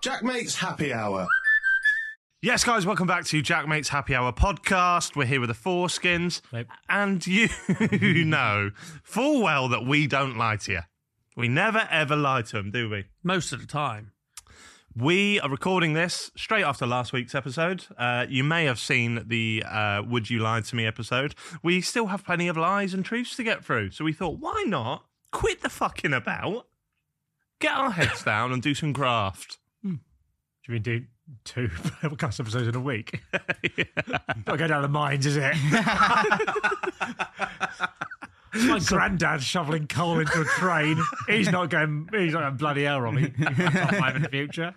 Jack Mate's Happy Hour. Yes, guys, welcome back to Jack Mate's Happy Hour podcast. We're here with the foreskins. Right. And you know full well that we don't lie to you. We never, ever lie to them, do we? Most of the time. We are recording this straight after last week's episode. Uh, you may have seen the uh, Would You Lie to Me episode. We still have plenty of lies and truths to get through. So we thought, why not quit the fucking about, get our heads down, and do some graft? Hmm. Do we do two podcast episodes in a week? Not go down the mines, is it? My granddad shoveling coal into a train. He's not going. He's not going bloody hell, Robbie. Top five in the future.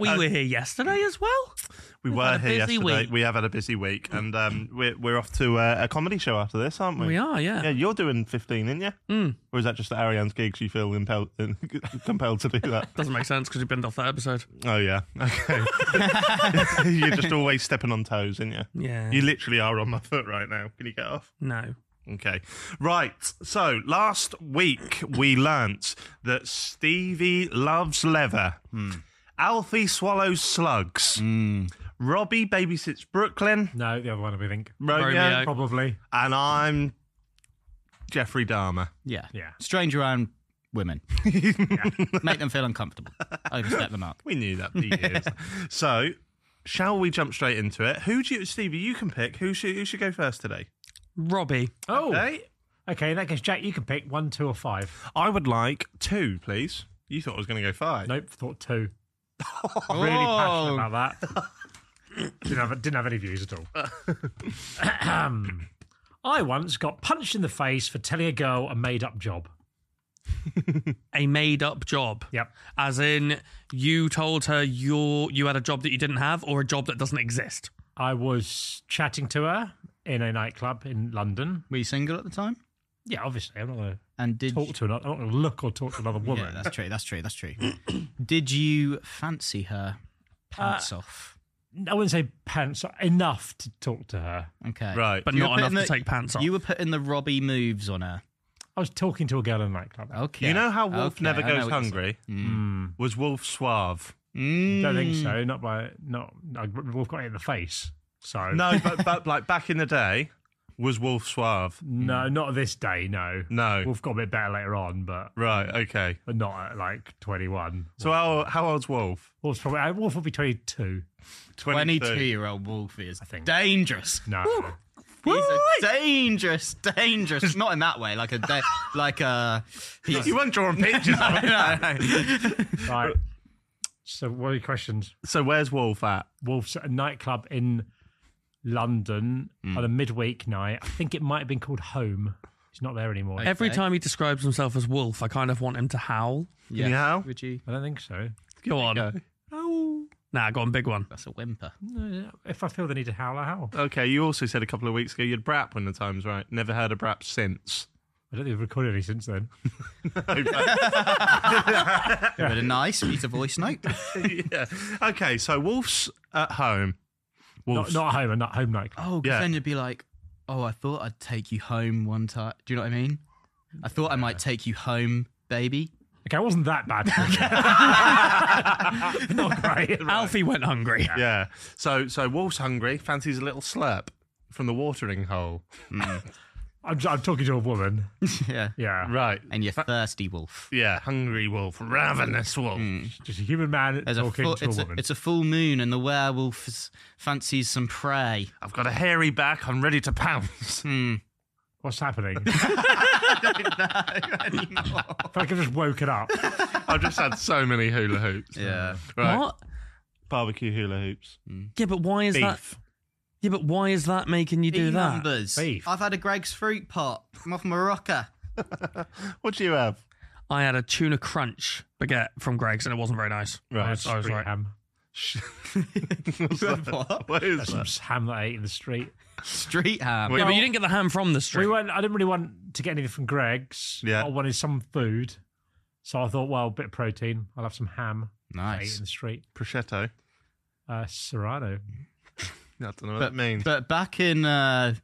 We were here yesterday as well. We We've were had a here busy yesterday. week. We have had a busy week, and um, we're, we're off to uh, a comedy show after this, aren't we? We are, yeah. Yeah, you're doing 15, isn't you? Mm. Or is that just at Ariane's gigs you feel impelled, compelled to do that? Doesn't make sense because we've been off that episode. Oh, yeah. Okay. you're just always stepping on toes, aren't you? Yeah. You literally are on my foot right now. Can you get off? no. Okay. Right. So last week we learnt that Stevie loves leather. Alfie swallows slugs. Robbie babysits Brooklyn. No, the other one we think Romeo. Romeo. probably. And I'm Jeffrey Dahmer. Yeah. Yeah. Strange around women. Make them feel uncomfortable. Overstep the mark. We knew that for years. so shall we jump straight into it? Who do you, Stevie, you can pick. Who should, who should go first today? Robbie. Oh, okay. Okay. In that case, Jack, you can pick one, two, or five. I would like two, please. You thought I was going to go five. Nope, thought two. Really Really passionate about that. didn't have didn't have any views at all. Ahem. I once got punched in the face for telling a girl a made up job. A made up job. Yep. As in, you told her you you had a job that you didn't have or a job that doesn't exist. I was chatting to her in a nightclub in London. Were you single at the time? Yeah, obviously, I'm not going And to did talk to another. I'm not going to look or talk to another Yeah, woman. that's true. That's true. That's true. did you fancy her pants off? I wouldn't say pants enough to talk to her. Okay. Right. But You were not enough putting to the- take pants off. You were putting the Robbie moves on her. I was talking to a girl in a nightclub. Okay. You know how Wolf Okay, never I know goes what you're hungry? Mm. Was Wolf suave? saying. Don't think Mm. so. Not by not. I, we've got it in the face. So No, but, but like back in the day, was Wolf suave? no, not this day. No, No. We've got a bit better later on, but Right, Mm. okay. but not at like 21. So how, how old's Wolf? Wolf's probably uh, Wolf will be 22. 22 year old Wolfie is I think. dangerous. No, He's a dangerous, dangerous. Not in that way, like a, da- like a. He's, You weren't drawing pictures of it. right. So what are your questions? So where's Wolf at? Wolves at a nightclub in London Hmm. on a midweek night. I think it might have been called Home. It's not there anymore. Every time he describes himself as wolf, I kind of want him to howl. yeah. Meow. Would you? I don't think so. Go on. Nah, go on, big one. That's a whimper. No, If I feel the need to howl, I howl. Okay, you also said a couple of weeks ago you'd brap when the time's right. Never heard a brap since. I don't think we've recorded any since then. But a nice, beat a voice note. yeah. Okay, so Wolf's at home. Not, Wolf's not home, and not home nightclub. Oh, 'cause Yeah. then you'd be like, oh, I thought I'd take you home one time. Do you know what I mean? I thought I might take you home, baby. Okay, it wasn't that bad. Not great. Alfie went hungry. Yeah. So so Wolf's hungry, fancies a little slurp from the watering hole. I'm, I'm talking to a woman. yeah. Yeah. Right. And you're thirsty, wolf. Yeah, hungry wolf, ravenous wolf. Just a human man There's a talking full, to a it's, a, woman. it's a full moon, and the werewolf is, fancies some prey. I've got a hairy back, I'm ready to pounce. What's happening? if I could just woken up. I've just had so many hula hoops. Yeah. Right. What? Barbecue hula hoops. Yeah, but why is that? Beef. Yeah, but why is that making you do Bee that? numbers. Beef. I've had a Greg's fruit pot. I'm off my rocker. What do you have? I had a tuna crunch baguette from Greg's, and it wasn't very nice. Right. I That's was, I was street right. ham. What's that? What? What is That's that? some ham that I ate in the street. Street ham. Yeah, but you didn't get the ham from the street. We went. I didn't really want to get anything from Greg's. Yeah. I wanted some food, so I thought, well, a bit of protein. I'll have some ham. I ate in Nice. the street. Prosciutto. Uh, Serrano. I don't know what that means. But back in uh,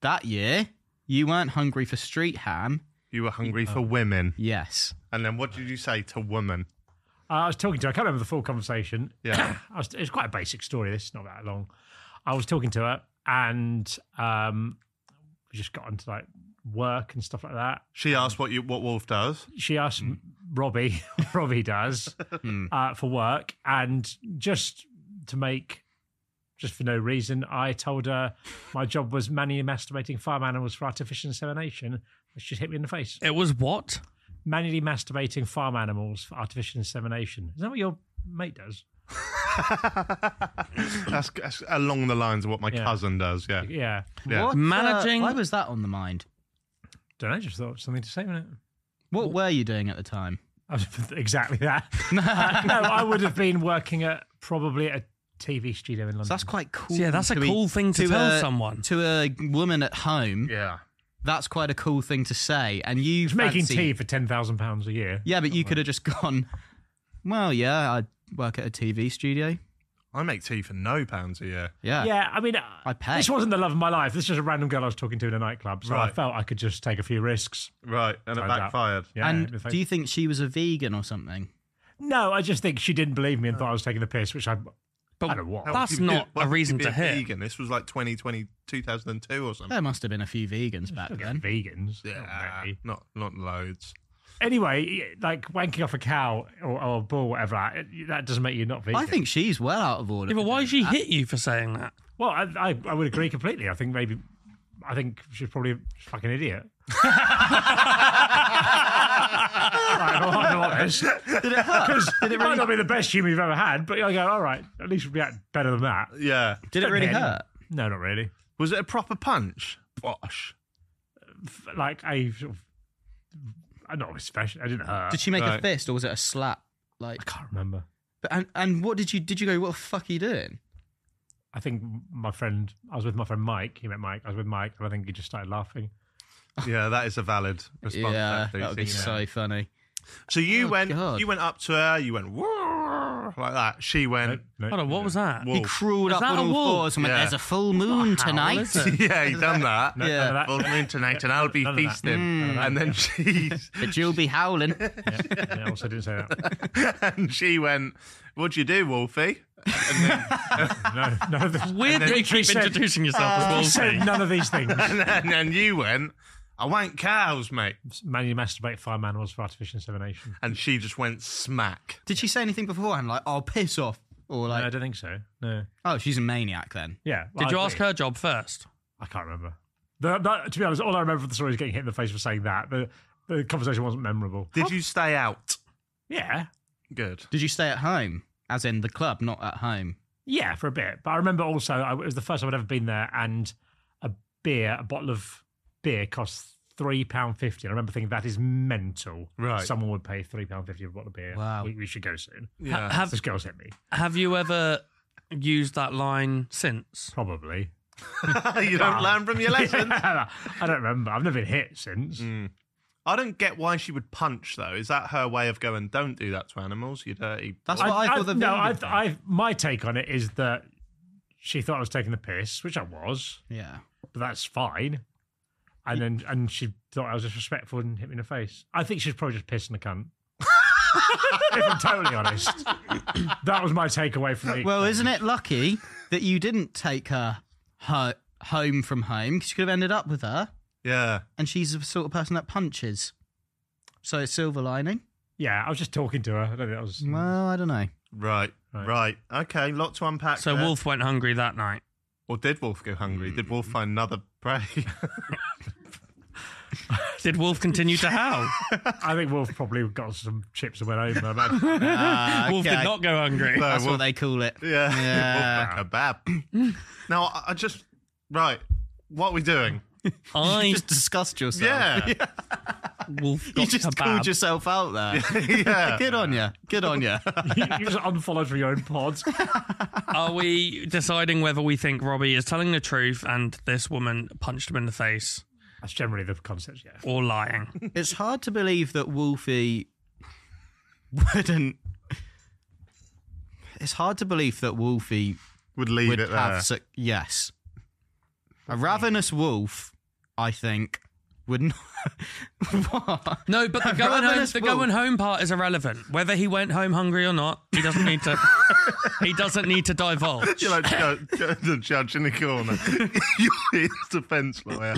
that year, you weren't hungry for street ham. you were hungry for women. Yes. And then what did you say to woman? Uh, I was talking to. her. I can't remember the full conversation. Yeah. I was, it's quite a basic story. This is not that long. I was talking to her, and um, we just got into like work and stuff like that. She asked what you what Wolf does. She asked Robbie, what Robbie does uh, for work, and just to make, just for no reason, I told her my job was manually masturbating farm animals for artificial insemination. Which just hit me in the face. It was what? Manually masturbating farm animals for artificial insemination. Is that what your mate does? That's, that's along the lines of what my Yeah. cousin does. Yeah. Yeah. Yeah. What, uh, Managing- why was that on the mind? Don't know. Just thought something to say, wasn't it? What were you doing at the time? exactly that. no, I would have been working at probably at a TV studio in London. So that's quite cool. Yeah, that's a to be- cool thing to tell a- someone. To a woman at home, Yeah. that's quite a cool thing to say. And you It's making fancy- tea for ten thousand pounds a year. Yeah, but you could have just gone. Well, yeah, I work at a TV studio. I make tea for no pounds a year. Yeah, Yeah, I mean, uh, I pay. This wasn't the love of my life. This is just a random girl I was talking to in a nightclub, so I Right. felt I could just take a few risks. Right. And it Turns out. backfired. Yeah, in the and face. do you think she was a vegan or something? no, I just think she didn't believe me and thought I was taking the piss, which I, But I don't know what. How that's could you be- not why a could you reason be to a hit. Vegan. This was like 2020, 2002 or something. There must have been a few vegans back Look at then. vegans. not Yeah. Oh, really. Not not loads. Anyway, like wanking off a cow or, or a bull, whatever, that, that doesn't make you not vegan. I think she's well out of order. Yeah, but for why doing did she that. hit you for saying that? Well, I, I, I would agree completely. I think maybe, I think she's probably a fucking idiot. right, well, I'm not honest. Did it hurt? It might not be the best human you've ever had, but I go, all right, at least we'll be out better than that. Yeah. Did it really Then- hurt? No, not really. Was it a proper punch? Bosh. F- Like a sort of, I not especially. I didn't hurt. Did she make Right. a fist or was it a slap? Like, I can't remember. but- and and what did you did you go? What the fuck are you doing? I think my friend. I was with my friend Mike. He met Mike. I was with Mike, and I think he just started laughing. Yeah, that is a valid response. yeah, actually, that would be seeing so funny. So you Oh, went, God. you went up to her, you went "Roar," like that. She No, went, no. Hold on, what was that? Wolf. He crawled Oh. Is up that on a all wolf? fours and went, Yeah. "There's a full moon howl, tonight." is it? yeah, he done that. No, none of Yeah. that. Full moon tonight, and I'll be None of that. feasting. None of And then she, But you'll be howling. that. Yeah, I also didn't say that. and she went, "What'd you do, Wolfie?" No, no. that- Weird that you Dimitri keep said- introducing yourself He as said Wolfie. none of these things. And then, and you went, "I wank cows, mate." Manually masturbate farm animals for artificial insemination. And she just went smack. Did she say anything beforehand? Like, "I'll piss off," or No, I like, don't think so. No. "Oh, she's a maniac." Then Yeah. Did well, I you agree. ask her job first? I can't remember. The, that, to be honest, all I remember from the story is getting hit in the face for saying that. The, the conversation wasn't memorable. Did you stay out? Yeah. Good. did you stay at home? As in the club, not at home. Yeah, for a bit. But I remember also, I, it was the first time I'd ever been there, and a beer, a bottle of beer, cost £3.50. And I remember thinking, that is mental. Right. Someone would pay £3.50 for a bottle of beer. Wow. We, we should go soon. Yeah. Have This girl's hit me. Have you ever used that line since? Probably. you don't learn from your lessons. I don't remember. I've never been hit since. I don't get why she would punch though. Is that her way of going? Don't do that to animals, you dirty. That's boy." what I, thought. The no, vegan I, thing. I, my take on it is that she thought I was taking the piss, which I was, yeah. but that's fine. and then and she thought I was disrespectful and hit me in the face. I think she's probably just pissing the cunt. if I'm totally honest, that was my takeaway from the Well, isn't it lucky that you didn't take her ho- home from home? 'Cause you could have ended up with her, Yeah. and she's the sort of person that punches. So it's silver lining. Yeah, I was just talking to her. I don't think that was. Well, I don't know. Right. Right. Right. Okay. Lot to unpack. So there. Wolf went hungry that night. Or did Wolf go hungry? Mm. Did Wolf find another prey? Did Wolf continue to howl? I think Wolf probably got some chips and went over. I imagine. Ah, Wolf did okay. not go hungry. No, That's Wolf- what they call it. Yeah. Yeah. Wolf got kebab. now, I- I just. Right. What are we doing? I You just discussed yourself. Yeah. yeah. Wolf got You just kebab. called yourself out there. Good on you. Good on you. you, you just unfollowed from your own pod. Are we deciding whether we think Robbie is telling the truth and this woman punched him in the face That's generally the concept. Yeah. or lying? It's hard to believe that Wolfie wouldn't. It's hard to believe that Wolfie Would leave would it there. have. Su- yes. A ravenous wolf, I think, would not. what? No, but the going home Ravenous the wolf. going home part is irrelevant. Whether he went home hungry or not, he doesn't need to he doesn't need to divulge. You're like ju- ju- the judge in the corner. You're his defense lawyer.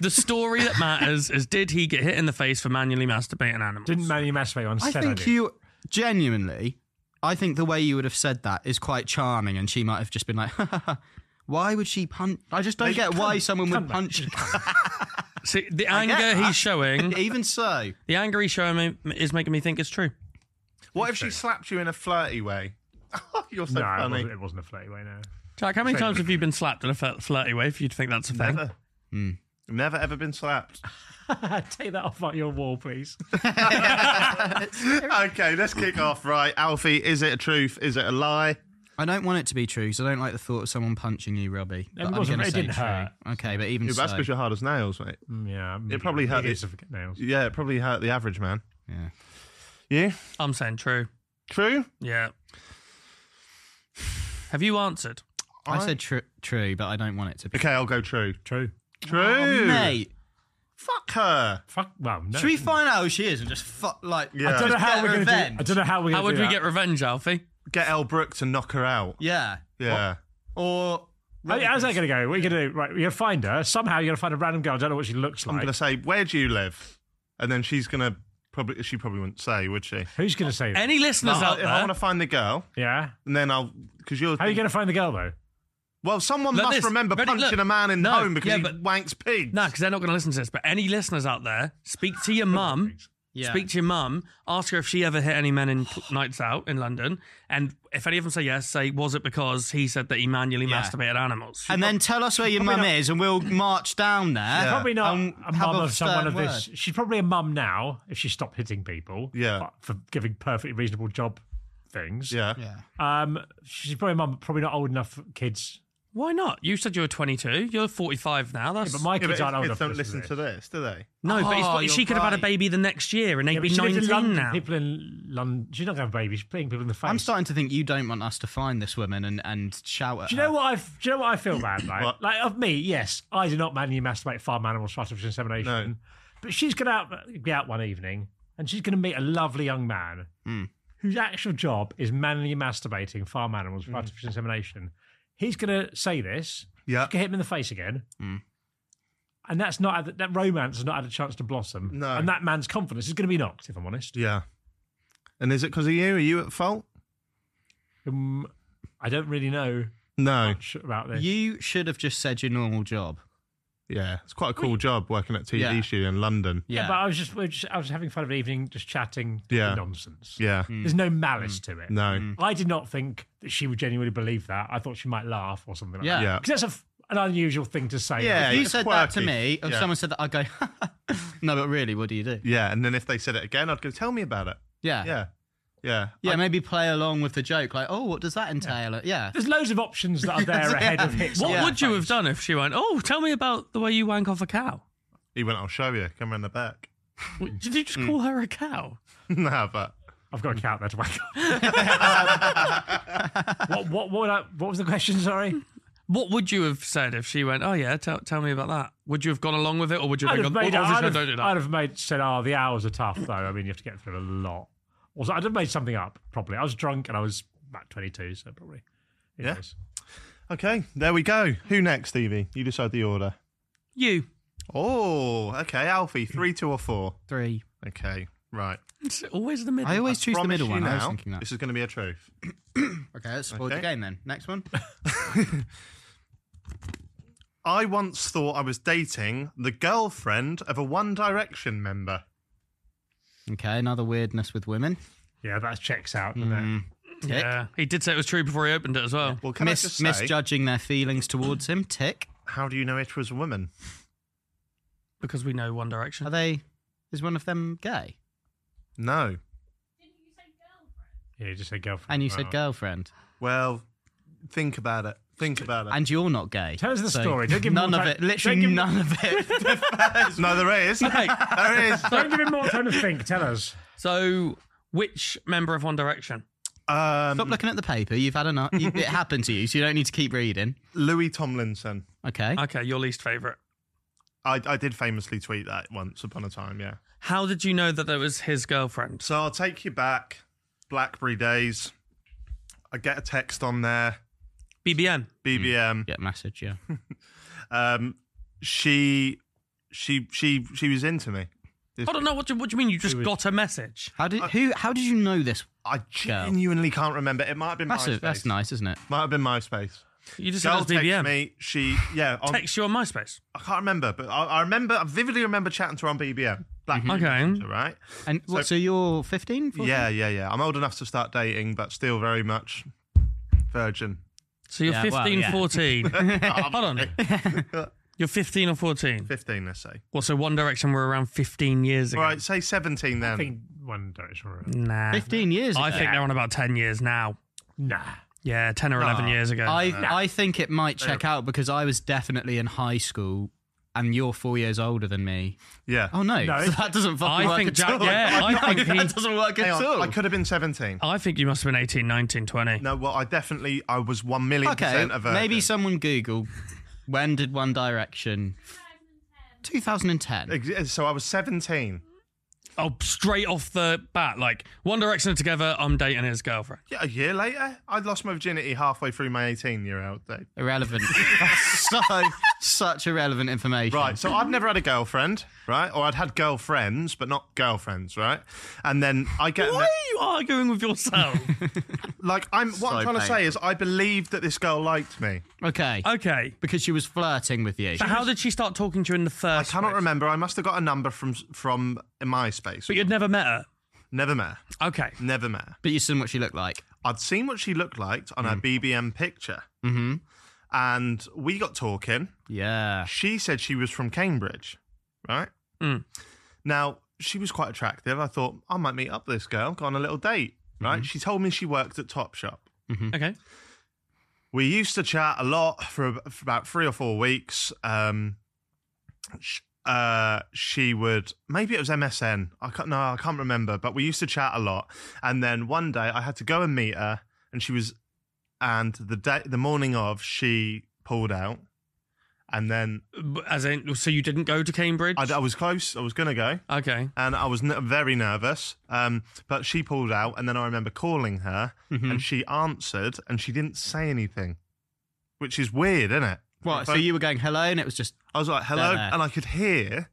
The story that matters is did he get hit in the face for manually masturbating animals? Didn't Manny masturbate on I set? think you genuinely. I think the way you would have said that is quite charming, and she might have just been like, "Why would she punch?" I just don't get why someone would punch. See, the get anger that. he's showing, Even so, the anger he's showing me, is making me think it's true. What if she slapped you in a flirty way? You're so No, it funny. wasn't, it wasn't a flirty way. No. Jack, how many times have you been slapped in a fl- flirty way if you'd think that's a thing? Never. Hmm. Never ever been slapped. Take that off your wall, please. okay, let's kick off. Right, Alfie, is it a truth? Is it a lie? I don't want it to be true because I don't like the thought of someone punching you, Robbie. No, But it I'm wasn't- gonna it say didn't true. hurt. Okay, but even Yeah, That's so, because you're hard as nails, mate. Mm, Yeah. maybe- probably hurt maybe it. it's a- nails. Yeah, it probably hurt the average man. yeah. You? I'm saying true. True? Yeah. Have you answered? I said tr- true, but I don't want it to be. Okay, I'll go true. True. True. Oh, Mate, Fuck her. Fuck. Well, no. should we find out who she is and just fuck like? Yeah. I don't know just how get we're going to do. revenge? I don't know how we're How going would to we get revenge, Alfie? Get El Brook to knock her out. Yeah. Yeah. Or How- How's that going to go? What are you going to do? Right, you're going to find her. Somehow you're going to find a random girl. I don't know what she looks I'm like. gonna say, where do you live? And then she's gonna probably she probably wouldn't say, would she? Who's going to say that? Any listeners But I- out if I there? want to find the girl, Yeah. and then I'll because you're How are you going to find the girl, though? well, someone Look must this. remember Ready? punching Look. a man in the No. home because Yeah, he but- wanks pigs. No, because they're not going to listen to this. But any listeners out there, speak to your mum. Yeah. Speak to your mum. Ask her if she ever hit any men in cl- nights out in London. And if any of them say yes, say was it because he said that he manually Yeah. masturbated animals? And then tell us where your mum is, and we'll march down there. Probably not and a Um, have mum of someone stern of this. word. She's probably a mum now if she stopped hitting people. Yeah. but For giving perfectly reasonable job things. Yeah. Yeah. Um, she's probably a mum, probably not old enough for kids. Why not? You said you were 22. You're 45 now. That's But my Yeah, kids but aren't old kids enough. don't listen to this, do they? no, but it's Oh, what, she you're could have had a right. baby the next year, and they'd Yeah, but be she lives 19 in London. now. People in London. She's not going to have babies. She's playing people in the face. I'm starting to think you don't want us to find this woman and, and shout at Do you know her. what I? f- Do you know what I feel bad like? What? Like of me, yes, I do not manually masturbate farm animals for artificial insemination. No. But she's gonna out, be out one evening, and she's gonna meet a lovely young man whose actual job is manually masturbating farm animals for artificial insemination. He's gonna say this. Yeah. She's gonna hit him in the face again. And that's not had- that romance has not had a chance to blossom. No. And that man's confidence is going to be knocked, if I'm honest. Yeah. And is it because of you? Are you at fault? Um, I don't really know No. Oh. much about this. You should have just said your normal job. Yeah. It's quite a cool job working at a TV Yeah. studio in London. Yeah, but I was just, we were just I was having fun of an evening, just chatting Yeah. nonsense. Yeah. Mm. Mm. There's no malice to it. No. I did not think that she would genuinely believe that. I thought she might laugh or something like Yeah. that. Yeah. Because that's a f an unusual thing to say. Yeah, If you it's said that to quirky. me, if Yeah. someone said that, I'd go, no, but really, what do you do? Yeah. And then if they said it again, I'd go, tell me about it. Yeah. Yeah. Yeah. Yeah. maybe play along with the joke, like, oh, what does that entail? Yeah. There's loads of options that are there ahead of hits. What Yeah. would you have done if she went, Oh, tell me about the way you wank off a cow? He went, I'll show you. Come round the back. Did you just call her a cow? nah, but I've got a cat there to whack up. what, what, what, would I- what was the question? Sorry. What would you have said if she went, "Oh yeah, tell, tell me about that"? Would you have gone along with it, or would you have, I'd have gone, made, "Oh, I'd, obviously, have, no, don't do that"? I'd have made said, "Oh, the hours are tough, though. I mean, you have to get through a lot." Also, I'd have made something up. Probably, I was drunk and I was about twenty-two, so probably. who Yeah. knows? Okay, there we go. Who next, Stevie? You decide the order. You. Oh, okay, Alfie, three, two, or four. Three. Okay, right. It's always the middle. I always choose the Promise middle you one. I was now, thinking that. This is going to be a truth. Okay, let's spoil the Okay. game then. Next one. I once thought I was dating the girlfriend of a One Direction member. Okay, another weirdness with women. Yeah, that checks out. doesn't it? Mm. Tick. yeah, he did say it was true before he opened it as well. Well, can I Mis- just say, misjudging their feelings towards him. Tick. how do you know it was a woman? Because we know One Direction. Are they? Is one of them gay? No. Yeah, you just said girlfriend. And you Wow. said girlfriend. Well, think about it. Think about it. And you're not gay. Tell us the So story. Don't give me none more of ti- it. Literally don't give me- none of it. no, there is. there is. Don't give him more time to think. Tell us. So, which member of One Direction? Um, Stop looking at the paper. You've had enough. You, it happened to you, so you don't need to keep reading. Louis Tomlinson. Okay. Okay, your least favorite. I, I did famously tweet that once upon a time, yeah. How did you know that that was his girlfriend? So I'll take you back, Blackberry days. I get a text on there, BBM. BBM. Get message. Yeah. Um, she, she, she, she was into me. This- I don't know. What do, what do you mean? You just got a message? How did who? How did you know this? I genuinely can't remember. It might have been That's MySpace. a, that's nice, isn't it? Might have been MySpace. You just said it Girl was texts BBM. me. She, yeah, on, Text you on MySpace. I can't remember, but I, I remember. I vividly remember chatting to her on BBM. Mm-hmm. Blackberry, Okay. right? And what? So, you're 15? 14? Yeah, yeah, yeah. I'm old enough to start dating, but still very much virgin. So you're Yeah, well, 15, yeah. 14. Hold on. You're 15 or 14. Fifteen, let's say. Well, so One Direction were around 15 years ago. All right, say seventeen then. I think one direction. Or another. Nah. 15 years. I ago. think they're on about 10 years now. Nah. Yeah, 10 or 11 years ago. I I think it might check out because I was definitely in high school, and you're four years older than me. yeah. Oh no, No. So that doesn't fucking I work think at Jack- all. yeah, I No, think that he- doesn't work Hang at on, all. I could have been seventeen. Oh. I think you must have been 18, 19, 20. No, well, I definitely, I was one million Okay, percent a virgin. maybe someone Google when did One Direction. 2010. Ex- eh, So I was seventeen. Oh, straight off the bat, like One Direction are together, I'm dating his girlfriend. Yeah, a year later, I'd lost my virginity halfway through my eighteen-year-old day. Irrelevant. so such irrelevant information. Right, so I've never had a girlfriend, right? Or I'd had girlfriends, but not girlfriends, right? And then I get Why are you arguing with yourself? like I'm. What I'm So trying to say is, I believed that this girl liked me. Okay. okay. because she was flirting with you. But how did she start talking to you in the I first cannot place? remember. I must have got a number from from MySpace. But you'd never met her. never met. her. Okay. Never met. her. But you seen what she looked like. I'd seen what she looked like on her BBM picture, Mm-hmm. and we got talking. Yeah. She said she was from Cambridge, right? Mm. Now she was quite attractive. I thought I might meet up with this girl, go on a little date, right? She told me she worked at Topshop. Okay. We used to chat a lot for, ab- for about three or four weeks. Um, sh- uh, she would maybe it was MSN. I can't no, I can't remember. But we used to chat a lot. And then one day I had to go and meet her, and she was, and the day the morning of she pulled out, and then B- As in, so you didn't go to Cambridge? I, I was close. I was gonna go, okay. and I was n- very nervous. Um, but she pulled out, and then I remember calling her, Mm-hmm. and she answered, and she didn't say anything, which is weird, isn't it? What? So you were going hello, and it was just I was like, hello. there. Hmm. And I could hear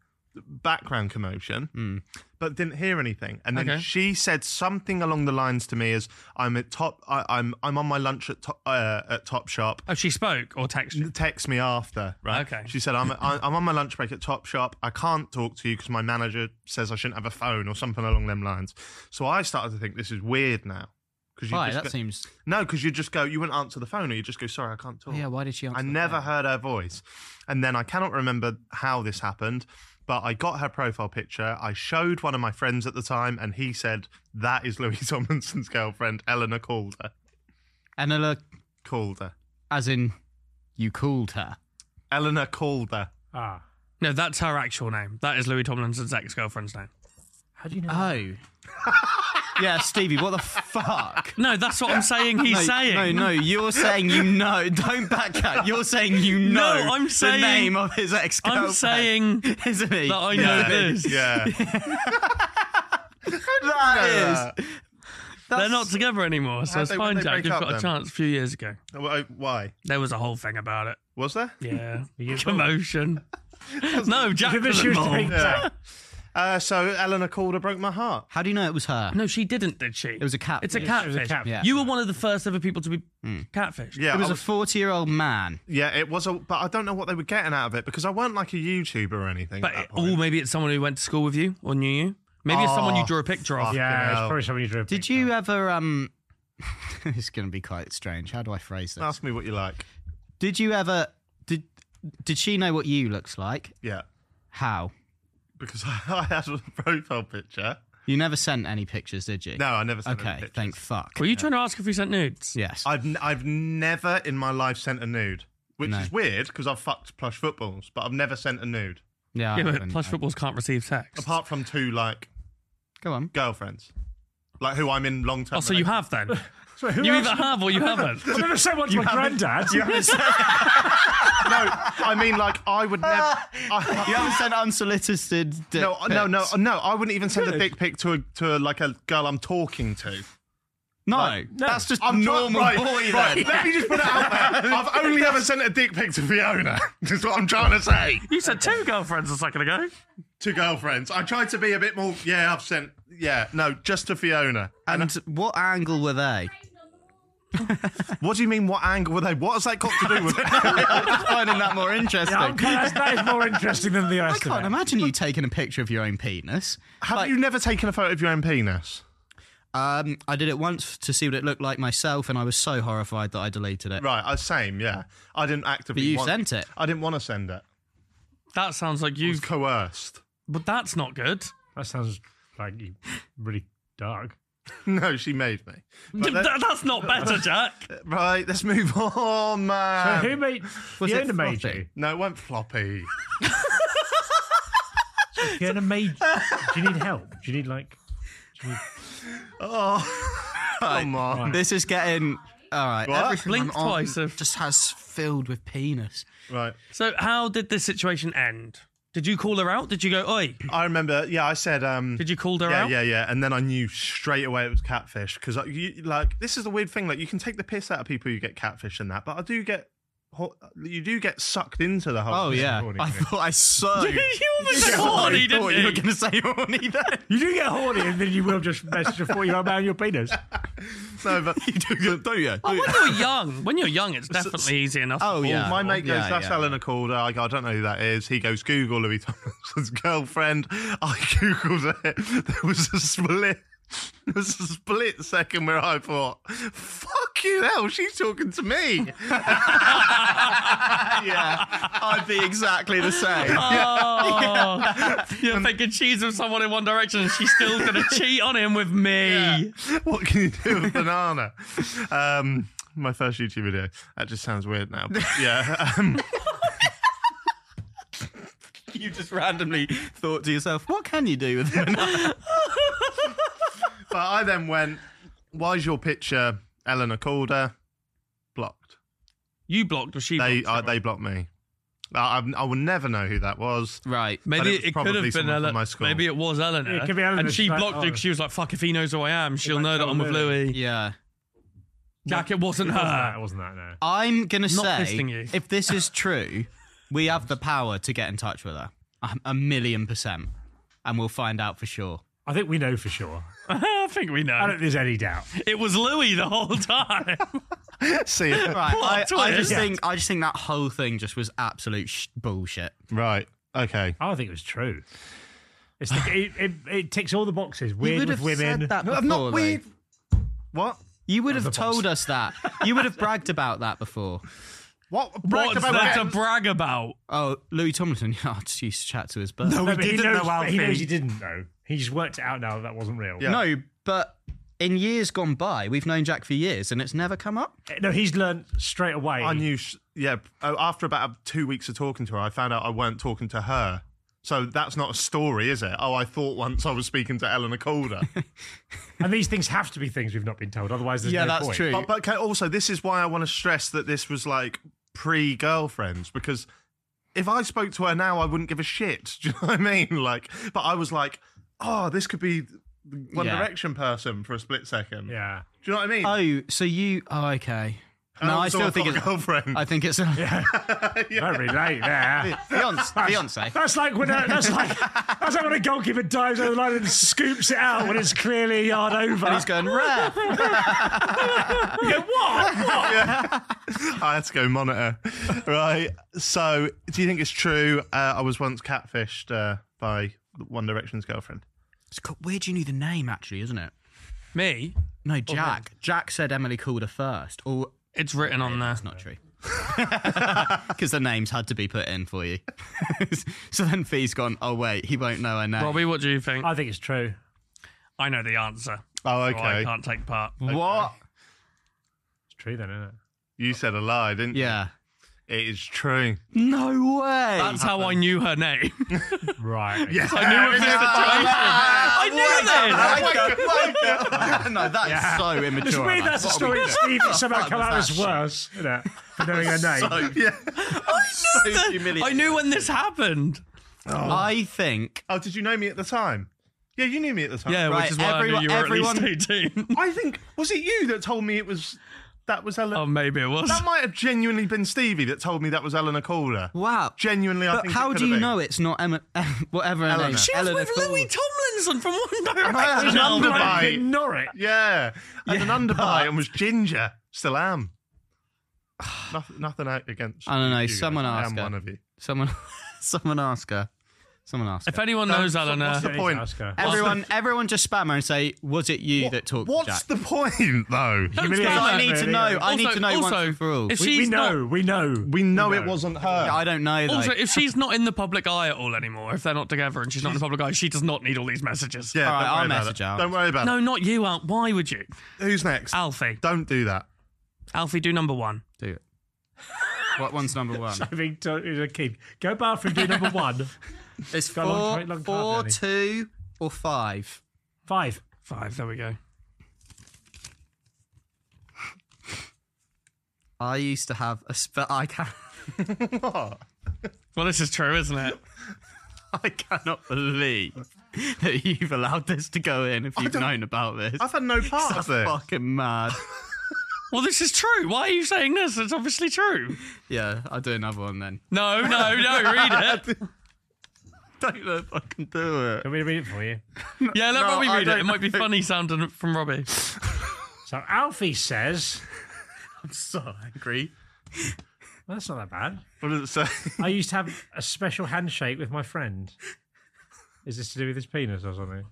background commotion, but didn't hear anything. And then Okay. she said something along the lines to me as, I'm at top, I, I'm, I'm on my lunch at top, uh, at top shop. Oh, she spoke or texted you? Text me after, right? Okay. She said, I'm, I- I'm on my lunch break at Top Shop. I can't talk to you because my manager says I shouldn't have a phone or something along them lines. So I started to think this is weird now. Cause you why? just That go- seems. No, because you just go, you wouldn't answer the phone or you just go, sorry, I can't Oh. talk. Yeah. Why did she? Answer I the never phone? heard her voice. And then I cannot remember how this happened, but I got her profile picture. I showed one of my friends at the time, and he said, That is Louis Tomlinson's girlfriend, Eleanor Calder. Anela, Calder. as in, you called her. Eleanor Calder. Ah. No, that's her actual name. That is Louis Tomlinson's ex girlfriend's name. How do you know? Oh. yeah, Stevie, what the fuck? No, that's what I'm saying. He's no, saying. No, no, you're saying you know. Don't back out. You're saying you No, know I'm saying- the name of his ex girlfriend. I'm saying Isn't he? that I know this. Yeah. That is. They're not together anymore, so How'd it's they- fine, when'd they Jack. break You've up got a then? chance a few years ago. Why- Why? There was a whole thing about it. Was there? Yeah. You- Commotion. no, Jack Give was us your involved. drink, Jack. Uh, so Eleanor Calder broke my heart. How do you know it was her? No, she didn't, did she? It was a catfish. It's a It catfish. was a catfish. Yeah. You were one of the first ever people to be catfished. Yeah, it was I a 40 year old man. yeah, it was a. But I don't know what they were getting out of it because I weren't like a YouTuber or anything. But at it- that oh, point. maybe it's someone who went to school with you or knew you. Maybe it's someone you Oh, drew a picture of. fuck. Yeah, it's hell. probably something you drew. a Did picture you of. ever. um? it's going to be quite strange. How do I phrase this? ask me what you like. Did you ever. Did, did she know what you looks like? Yeah, How? because I, I had a profile picture. You never sent any pictures, did you? No, I never sent any Okay, pictures. thank fuck. Were you trying to ask if we sent nudes? Yes. I've n- I've never in my life sent a nude, which No. is weird because I've fucked plush footballs, but I've never sent a nude yeah, I Yeah, but haven't. plush footballs can't receive sex. apart from two like Go on. girlfriends, like who I'm in long term. oh, so you have then? So who You else- either have or you haven't. I've never said one to my granddad. no, I mean like I would never. I, You haven't sent unsolicited. Dick no, uh, no, no, pics. no! I wouldn't even send a dick pic to a to a, like a girl I'm talking to. no. no. That's just I'm normal try- boy. right, Then. right. Let me just put it out there. I've only ever sent a dick pic to Fiona. That's what I'm trying to say. You said two girlfriends a second ago. To girlfriends, I tried to be a bit more. Yeah, I've sent. Yeah, no, just to Fiona. And what angle were they? What do you mean? What angle were they? What has that got to do with it? I'm just finding that more interesting. I'm glad that is more interesting than the I rest can't of it. imagine you taking a picture of your own penis. Have Like- you never taken a photo of your own penis? Um, I did it once to see what it looked like myself, and I was so horrified that I deleted it. Right, I same. Yeah, I didn't actively. But you want- sent it. I didn't want to send it. That sounds like It you. was coerced. But that's not good. That sounds like you really dark. No, she made me. But let- That- that's not better, Jack. right, let's move on, man. who made? was it Fiona made floppy? you. no, it went floppy. Fiona made. Do you need help? Do you need like? Do you need... Oh, come on. This is getting all right. What? Everything Blink I'm on twice of- just has filled with penis. Right. So, how did this situation end? Did you call her out? Did you go, oi? I remember. Yeah, I said. Um, Did you call her yeah, out? yeah, yeah. And then I knew straight away it was catfish because you like this is the weird thing. Like you can take the piss out of people you get catfish and that, but I do get ho- you do get sucked into the whole. Oh thing, yeah, horny I thing. thought I so. you almost said horny, I thought didn't you were you? going to say horny then. You do get horny, and then you will just message a four-year-old man your penis. no, but You do, don't you? But when you're young, when you're young, it's definitely easy enough. Oh yeah, my mate goes, Yeah, "That's yeah. Eleanor Calder." I go, "I don't know who that is." He goes, "Google Louis Tomlinson's girlfriend." I googled it. There was a split. There was a split second where I thought, "Fuck you, hell, she's talking to me." yeah. I'd be exactly the same. Oh, you're thinking she's with someone in One Direction and she's still going to cheat on him with me. what can you do with banana? Um, my first YouTube video. That just sounds weird now. But yeah. Um, You just randomly thought to yourself, what can you do with it? but I then went, "Why's your picture Eleanor Calder?" Blocked. You blocked or she They blocked? uh, they blocked me. I, I, I will never know who that was. Right. but Maybe it was it, could probably have been someone from Ele- my school. Maybe it was Eleanor. Yeah, it could be Eleanor. And she She's like, blocked it oh. because she was like, fuck, if he knows who I am, she'll might know that tell I'm with Louis. Louis. Yeah. Jack, it wasn't It wasn't that. her. It wasn't that. No. I'm going to say, fisting you. if this is true, we have the power to get in touch with her. A- A million percent. And we'll find out for sure. I think we know for sure. I think we know. I don't think there's any doubt. It was Louis the whole time. See it. Right. I, Plot I just twist. think I just think that whole thing just was absolute sh- bullshit. Right. Okay. I don't think it was true. It's like, it, it, it ticks all the boxes. you Weird would with have women. said that before. though. What? You would have told us that. You would have bragged about that before. What? What's Bragged about there to getting- brag about? Oh, Louis Tomlinson. Yeah, I just used to chat to his bird. No, but he didn't knows, know but He Alfie. knows he didn't know. He just worked it out now that that wasn't real. Yeah. No, but in years gone by, we've known Jack for years and it's never come up. No, he's learned straight away. oh, I knew. Sh- yeah. uh, After about two weeks of talking to her, I found out I weren't talking to her. So that's not a story, is it? Oh, I thought once I was speaking to Eleanor Calder. And these things have to be things we've not been told. Otherwise, there's yeah, no that's point. true. but, but okay, also, this is why I want to stress that this was like pre girlfriends because if I spoke to her now, I wouldn't give a shit. Do you know what I mean? Like, but I was like, oh, this could be the One Yeah. Direction person for a split second. Yeah. Do you know what I mean? oh, so you? Oh, okay. And No, I also still I've think got a it's. girlfriend. I think it's uh, a Very late there. fiance. fiance. That's like when a, that's like that's like when a goalkeeper dives over the line and scoops it out when it's clearly a yard over. He's going ref. You go, what? What? I had to go monitor. right. So, do you think it's true? Uh, I was once catfished uh, by One Direction's girlfriend. It's co- weird you knew the name actually, isn't it? Me, No, Jack. Jack said Emily Calder first. Or it's written on there. It's not true. Because the names had to be put in for you. so then Fee's gone, oh, wait, he won't know her name. Robbie, what do you think? I think it's true. I know the answer. Oh, so I okay. can't take part. what? It's true then, isn't it? you said a lie, didn't you? Yeah. It is true. No way. That's how I knew her name. Right. Yeah. I knew it was a I knew this. no, that's so immature. It's weird Like, that's a what story are we doing? that Steve has somehow fuck come was out that as shit? worse, isn't it? For knowing her name. Yeah. So humiliating. I knew when this happened. I think Oh, did you know me at the time? Yeah, you knew me at the time. Yeah, Right, which is why I everyone- knew you were at everyone- least 18. I think was it you that told me it was that was Eleanor. oh, maybe it was. that might have genuinely been Stevie that told me that was Eleanor Calder. Wow. Genuinely, I But think. how it do you know it's not Emma? whatever her Eleanor. name. is, She was Eleanor with Louis Calder. Tomlinson from One I had Direction. an Like underbite. in Norwich. Yeah, and an underbite but- and was ginger. Still am. nothing, nothing out against. I don't know, you guys. someone I am ask her. one of you. Someone, someone ask her. Someone ask. If her. anyone knows Don't- Eleanor, what's the Yeah, point? ask her. Everyone, everyone, just spam her and say, "Was it you What- that talked to What's Jack?" the point, though? Because Yeah, I need to really, know. yeah. I need Also- to know once also, and for all. if We, she's we not- know, we know. We know it wasn't her. I don't know. Though. Also, if she's not in the public eye at all anymore, if they're not together and she's, not in the public eye, she does not need all these messages. yeah, All right, don't I'll worry about message it. her. Don't worry about No, not you, Al. Why would you? it. Who's next? Alfie. Don't do that. Alfie, do number one. Do it. What one's number one? I think to- as a kid, go bathroom do number one, It's Got a long four, tra- long car journey. four, two, or five. five. Five. There we go. I used to have a sp- I can Well, this is true, isn't it? I cannot believe that you've allowed this to go in if you've known about this. I've had no part That's of it. fucking mad. Well, this is true. Why are you saying this? It's obviously true. Yeah, I'll do another one then. No, no, no. Read it. Don't let fucking do it. Can we read it for you? Yeah, let No, Robbie I read it. It don't might be funny sounding from Robbie. So Alfie says, So angry. well, "That's not that bad." What does it say? I used to have a special handshake with my friend. Is this to do with his penis or something?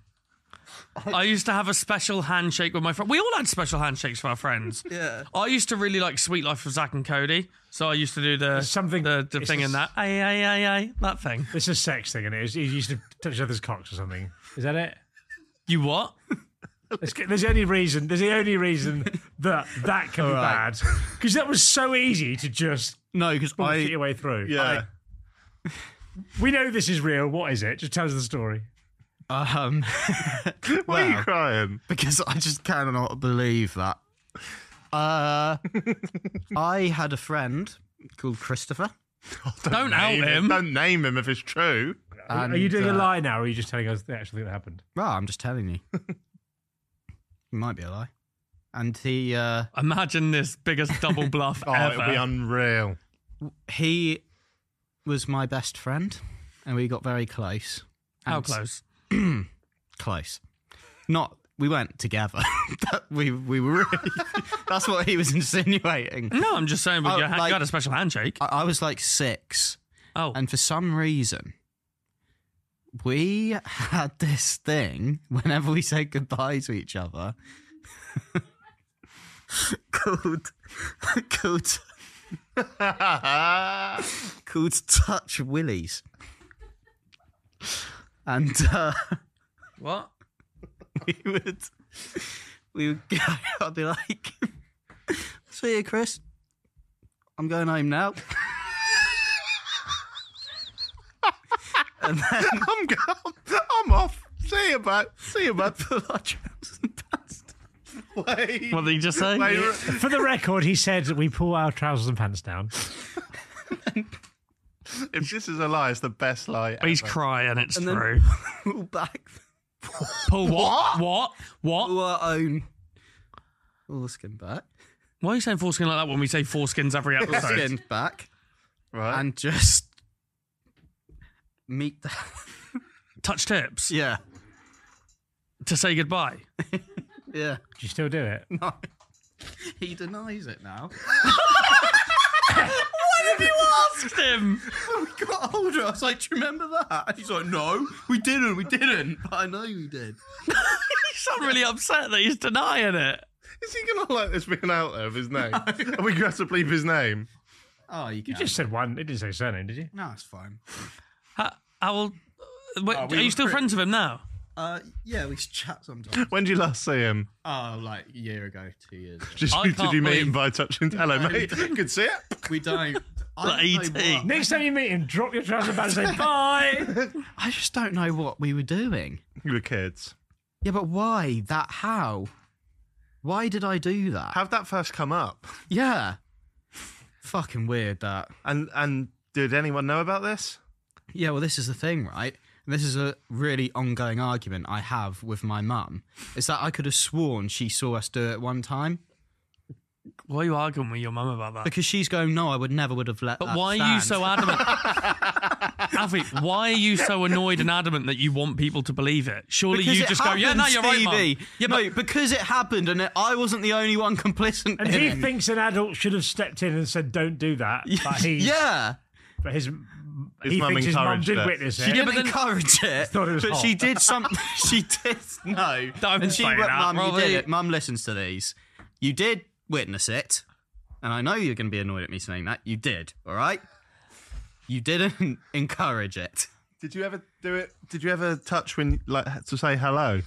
I used to have a special handshake with my friend. We all had special handshakes with our friends. Yeah. I used to really like Sweet Life of Zach and Cody, so I used to do the There's something- the, the it's thing in just- that. Aye, aye, aye, aye. That thing. It's a sex thing, and it is. He used to touch each other's cocks or something. Is that it? You what? It's, there's the only reason. There's the only reason that that can be right. bad because that was so easy to just No, because bullshit your I way through. Yeah. We know this is real. What is it? Just tell us the story. um Why are you well, crying? because I just cannot believe that. Uh I had a friend called Christopher. Don't out Name him. Don't name him if it's true. are you and, doing a uh, lie now, or are you just telling us the actual thing that happened? Well, I'm just telling you. it might be a lie. And he uh Imagine this biggest double bluff Oh, ever. it'll be unreal. he was my best friend and we got very close. How And- close? Close. Not we weren't together. but we we were really, that's what he was insinuating. No, I'm just saying. But Oh, you, had, like- you had a special handshake. I, I was like six oh, And for some reason, we had this thing whenever we said goodbye to each other called called called touch willies. And uh, what? we would we would go, I'd be like See you, Chris. I'm going home now. and then I'm, go- I'm off. See you, bud. See you, bud. put our trousers in pants. Wait. What did you just say? Wait, For the record, he said we pull our trousers and pants down. If this is a lie, it's the best lie. He's ever. crying. It's And then- true. All back Pull what? What? What? to our own foreskin back. Why are you saying foreskin like that when we say foreskins every episode? Skin back. right. And just meet the Touch tips Yeah. to say goodbye. Yeah. Do you still do it? No. He denies it now. Asked him. When we got older, I was like, Do you remember that? And he's like, No, we didn't, we didn't. But I know we did. You sound really upset that he's denying it. is he gonna like this being out there of his name? Are we gonna have to bleep his name? Oh, you can You just said one. It didn't say surname, did you? No, it's fine. How, how old? Wait, Oh, we are you were still pretty- friends with him now? Uh yeah, we chat sometimes. When did you last see him? Oh, like a year ago, two years ago. Did I you, did can't you meet him believe- by touching? Hello, mate. Good see it. We don't. Like I, don't know E.T.. what- Next time you meet him, drop your trousers and pants and say bye. I just don't know what we were doing. You were kids. Yeah, but why? That how? Why did I do that? Have that first come up? yeah. Fucking weird that. And and did anyone know about this? Yeah, well, this is the thing, right? This is a really ongoing argument I have with my mum. Is that I could have sworn she saw us do it one time Why are you arguing with your mum about that? because she's going, "No, I would never would have let." But that why are you stand." so adamant? Alfie, why are you so annoyed and adamant that you want people to believe it? Surely Because you it just go, yeah, no, happened, you're right, Mum. Stevie. Yeah, no, because it happened, and it, I wasn't the only one complicit. And in he it. thinks an adult should have stepped in and said, "Don't do that." But he, yeah, but his, His he mum thinks his mum encouraged did it. witness she it. didn't but then- encourage it, thought it was but hot. she did something. she did no. Don't and she say went, that, "Mum, you did Robbie." it. Mum listens to these. You did witness it, and I know you're going to be annoyed at me saying that. You did, all right. You didn't encourage it. Did you ever do it? Did you ever touch when like to say hello?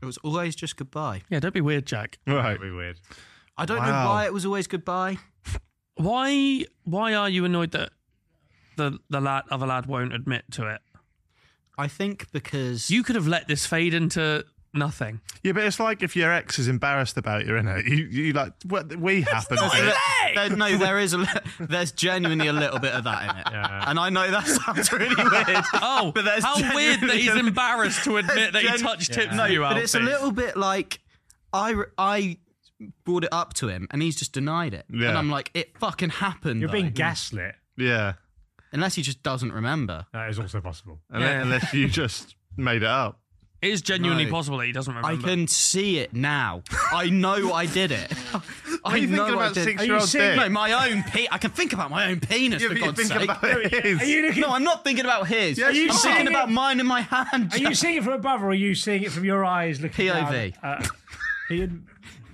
It was always just goodbye. yeah, don't be weird, Jack. Right. That'd be weird. I don't Wow. know why it was always goodbye. Why? Why are you annoyed that the the lad, other lad won't admit to it? I think because You could have let this fade into nothing. Yeah, but it's like if your ex is embarrassed about you, innit? You you like what we happen. There's a isn't it? li- there- no, there is a li- there's genuinely a little bit of that in it, Yeah. and I know that sounds really weird. Oh, But that's how weird that he's genuinely- embarrassed to admit that he Gen- touched tips No, for you, but Alfie. it's a little bit like I re- I brought it up to him, and he's just denied it. Yeah. And I'm like, it fucking happened. You're though. being gaslit. Yeah. unless he just doesn't remember. That is also possible. And Yeah. Unless you just made it up. It is genuinely No. possible that he doesn't remember. I can see it now. I know I did it. I you thinking know I about did. six-year-old Are you serious? dick? No, my own pe- I can think about my own penis. Yeah, for but you God's think sake. about it is. Are you looking? No, I'm not thinking about his. Yes, you I'm are. thinking about mine in my hand. Are you seeing it from above, or are you seeing it from your eyes looking Down? POV. Uh, he had-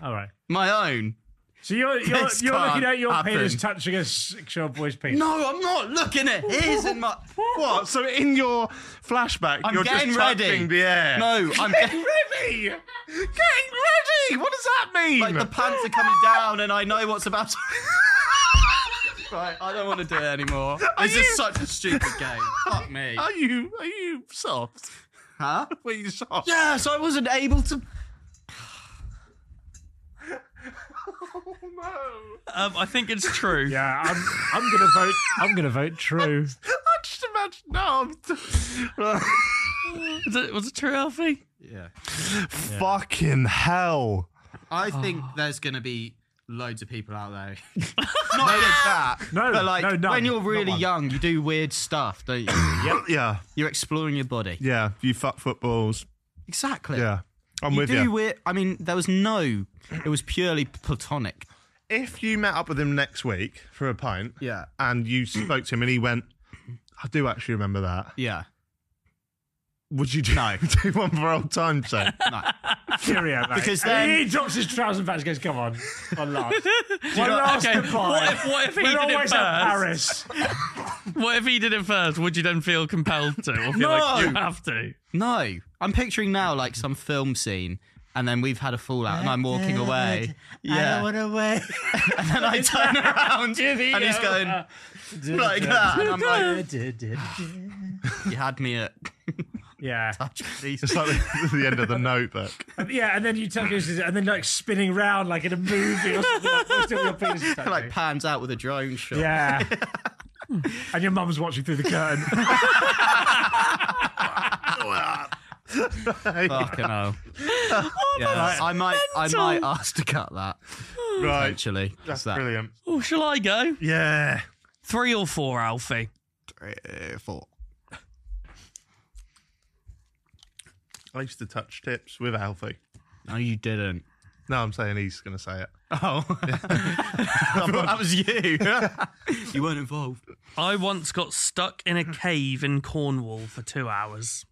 all right. my own. So you're you're, This you're looking can't at your penis happen. touching a six-year-old boy's penis. No, I'm not looking at his in my. What? So in your flashback, I'm you're getting just ready. touching the air. No, I'm Getting ready. Getting ready. What does that mean? like the pants are coming down, and I know what's about. to... right, I don't want to do it anymore. This you- is such a stupid game. Fuck me. are you are you soft? Huh? Were you soft? Yes, I wasn't able to. um, I think it's true. Yeah, I'm I'm gonna vote. I'm gonna vote true. I just imagine. No, I'm. Was, it, was it true, Alfie? Yeah. Fucking hell. I think there's going to be loads of people out there. Not just that. No, but like no, none. when you're Not really one. young, you do weird stuff, don't you? Yeah, you're exploring your body. yeah. You fuck footballs. Exactly. Yeah, I'm You with do you. weird. I mean, there was no. It was purely platonic. if you met up with him next week for a pint, Yeah. and you spoke to him and he went, "I do actually remember that." Yeah. Would you do, No. do one for old time's sake? Cheerio, mate. Because And then- he drops his trousers and pants. and Goes, come on, one last, one know- last okay, goodbye. what if- what if he We're did it always at first? Paris? What if he did it first? Would you then feel compelled to, or feel No. like you have to? No, I'm picturing now like some film scene, and then we've had a fallout, and I'm walking away. Yeah, away. and then I uh, turn around, and he's going like that, and I'm like, You had me at. Yeah. It's like the, the end of the notebook. Yeah, and then you tell us, and then like spinning round like in a movie or something. Like, that's still your penis is touching. like pans out with a drone shot. yeah. and your mum's watching through the curtain. Fucking hell. Oh, yeah, I might, I might ask to cut that right. actually. That's Is that- brilliant. Oh, shall I go? Yeah. Three or four, Alfie. Uh, Four. I used to touch tips with Alfie. No, you didn't. No, I'm saying he's going to say it. Oh, that was you. you weren't involved. I once got stuck in a cave in Cornwall for two hours.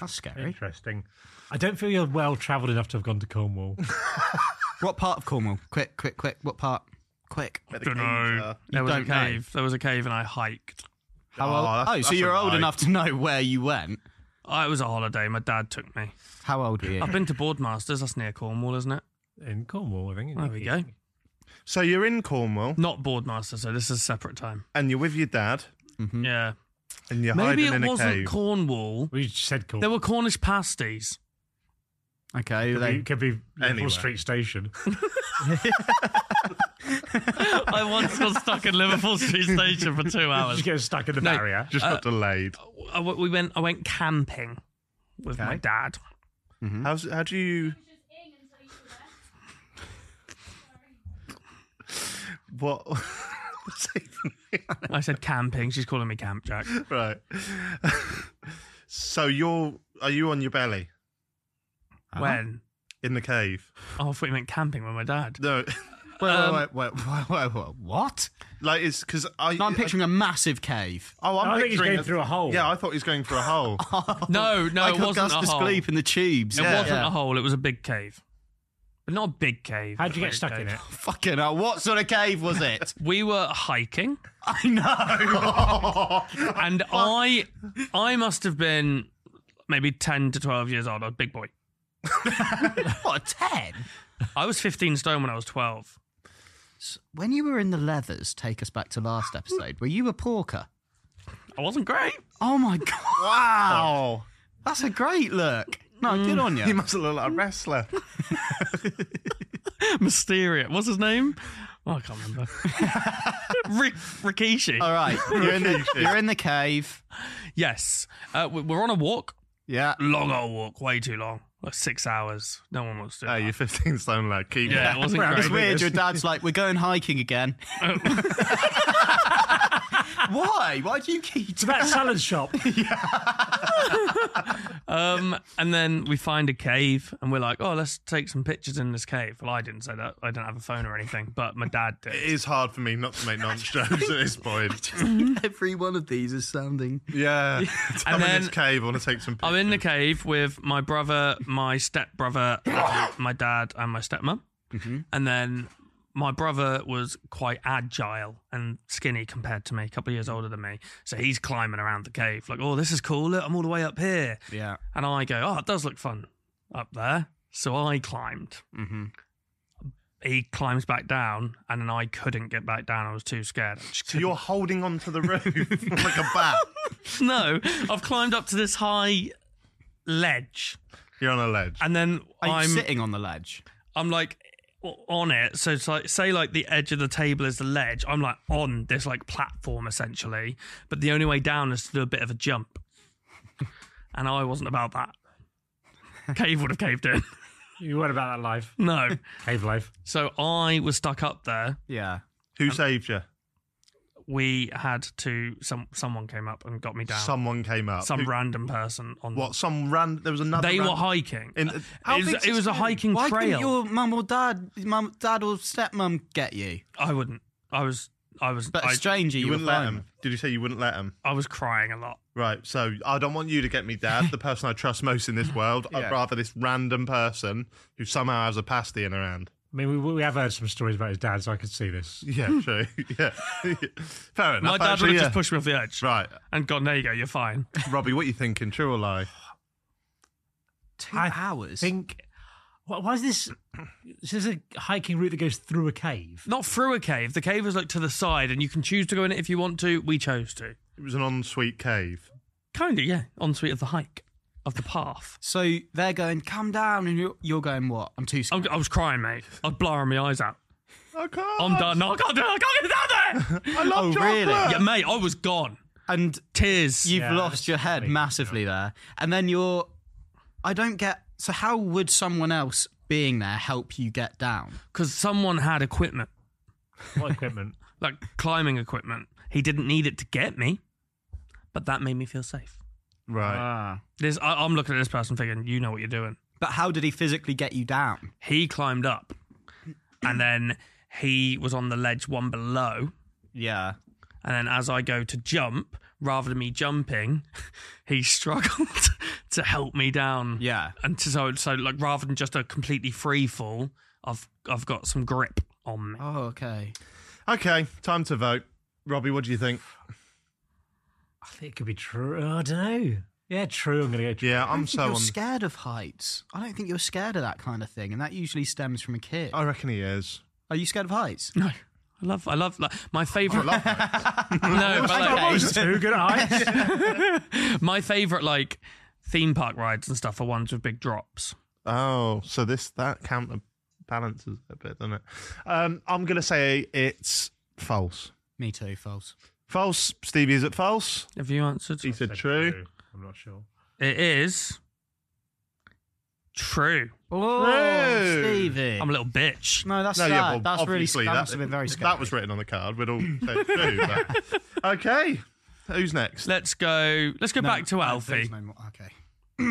That's scary. Interesting. I don't feel you're well travelled enough to have gone to Cornwall. What part of Cornwall? Quick, quick, quick. What part? Quick. Where the Dunno. caves are. There was a don't know. cave. There was a cave, and I hiked. How Oh, old? that's- oh, so that's you're a old lie. enough to know where you went. I it was a holiday. My dad took me. How old were you? I've been to Boardmasters. That's near Cornwall, isn't it? In Cornwall, I think. There we go. So you're in Cornwall Not Boardmasters. So this is a separate time. and you're with your dad Yeah. and you're Maybe hiding it in a wasn't cave. Cornwall. We just said There Cornwall. were Cornish pasties. Okay, Could be, then. could be Anywhere. Liverpool Street Station. I once got stuck in Liverpool Street Station for two hours. just get stuck in the barrier. Just got delayed. I w- we went. I went camping with my dad. How's, how do you? What? What's even- I said camping. She's calling me Camp Jack. right. so you're are you on your belly When? in the cave? Oh, I thought you meant camping with my dad. No, Wait, wait, wait, wait, wait, wait, wait, What? like it's because I. No, I'm picturing a massive cave. Oh, I'm I think he's picturing going through a hole. Yeah, I thought he was going through a hole. No, no, like it wasn't a Augustus hole. Gleep in the tubes. It yeah. wasn't yeah. a hole. It was a big cave, but not a big cave. How'd you A get big stuck cave. in it? Fucking hell, what sort of cave was it? We were hiking, I know. and I, I must have been maybe ten to twelve years old. I was a big boy. what, 10? I was fifteen stone when I was twelve. When you were in the leathers, take us back to last episode, were you a porker? I wasn't great. Oh my god, Wow, that's a great look. No, good on he Mm. you. must have looked like a wrestler. Mysterio. What's his name? Oh, I can't remember. Rick, Rikishi. All right, you're in the, you're in the cave. yes. Uh, we- we're on a walk. Yeah. Long old walk. Way too long. Like six hours. No one wants to. do oh, that. you're 15 stone lad. Keep yeah, it going. wasn't It's great. weird. Your dad's like, we're going hiking again. Why? Why do you keep To that salad shop. Um, and then we find a cave, and we're like, "Oh, let's take some pictures in this cave." Well, I didn't say that. I didn't have a phone or anything, but my dad It did. is hard for me not to make nonce jokes at this point. every one of these is sounding? Yeah, I'm in this then- cave. I want to take some. Pictures. I'm in the cave with my brother, my stepbrother, my dad, and my stepmom. Mm-hmm. And then my brother was quite agile and skinny compared to me, a couple of years older than me. So he's climbing around the cave, like, "Oh, this is cool! Look, I'm all the way up here." Yeah. And I go, oh, it does look fun up there. So I climbed. Mhm. He climbs back down, and then I couldn't get back down. I was too scared. I just So you're holding onto the roof like a bat. couldn't- no, I've climbed up to this high ledge, You're on a ledge. and then Are you I'm sitting on the ledge? I'm like o- on it. So it's like say like the edge of the table is the ledge. I'm like on this like platform essentially, but the only way down is to do a bit of a jump, and I wasn't about that. Cave would have caved in. You worried about that life. No. Cave life. So I was stuck up there. Yeah. Who saved you? We had to some someone came up and got me down. Some, Someone came up. Who- random person on What? Some ran. There was another. They ran- were hiking. In- Uh, How it big's was, it this was a cave? hiking Why couldn't trail. your mum or dad, mum, dad or stepmum get you? I wouldn't. I was. I was. But a I, stranger, you, You were wouldn't let fine him. Did you say you wouldn't let him? I was crying a lot. Right. So I don't want you to get me, Dad, the person I trust most in this world. I'd Yeah. rather this random person who somehow has a pasty in her hand. I mean, we, we have heard some stories about his dad, so I could see this. Yeah, true. yeah. Fair enough. My dad would actually, have yeah. just pushed me off the edge Right, and gone, "There you go. You're fine." Robbie. What are you thinking? True or lie? Two I hours. Think. Why why is this? This is a hiking route that goes through a cave. Not through a cave. The cave is like to the side, and you can choose to go in it if you want to. We chose to. It was an ensuite cave. Kind of, yeah. Ensuite of the hike, of the path. So they're going, come down, and you're, you're going, what? I'm too I, scared. I was crying, mate. I was blurring my eyes out. I can't. I'm done. No, I can't do it. I can't get down there. I love Oh, chocolate. really? yeah, mate, I was gone. And Tears. you've Yeah, lost that's your head amazing, massively there. And then you're, I don't get, so how would someone else being there help you get down? Because someone had equipment, What equipment? like climbing equipment. He didn't need it to get me, but that made me feel safe. Right. Ah. This, I, I'm looking at this person thinking, you know what you're doing. But how did he physically get you down? He climbed up, and then he was on the ledge one below. Yeah. And then as I go to jump, rather than me jumping, he struggled to help me down. Yeah. And so, so like rather than just a completely free fall, I've I've got some grip on me. Oh, okay. Uh, Okay, time to vote. Robbie, what do you think? I think it could be true. I don't know. Yeah, true. I'm going to go true. Yeah, I'm think so you're on. scared of heights. I don't think you're scared of that kind of thing, and that usually stems from a kid. I reckon he is. Are you scared of heights? No, I love I love like, my favorite. Oh, love no, but, like, Okay. Too good at heights. my favorite like theme park rides and stuff are ones with big drops. Oh, so this that counterbalances a bit, doesn't it? Um, I'm gonna say it's false. Me too. False. False. Stevie, is it false? Have you answered? He said true. I'm not sure. It is true. Oh, True. Stevie. I'm a little bitch. no, that's No, sad. yeah, well, that's really obviously that, that, must have been very if scary. That was written on the card. We'd all say true. but- Okay, who's next? Let's go. Let's go No, back to no, Alfie. there's no more. Okay. I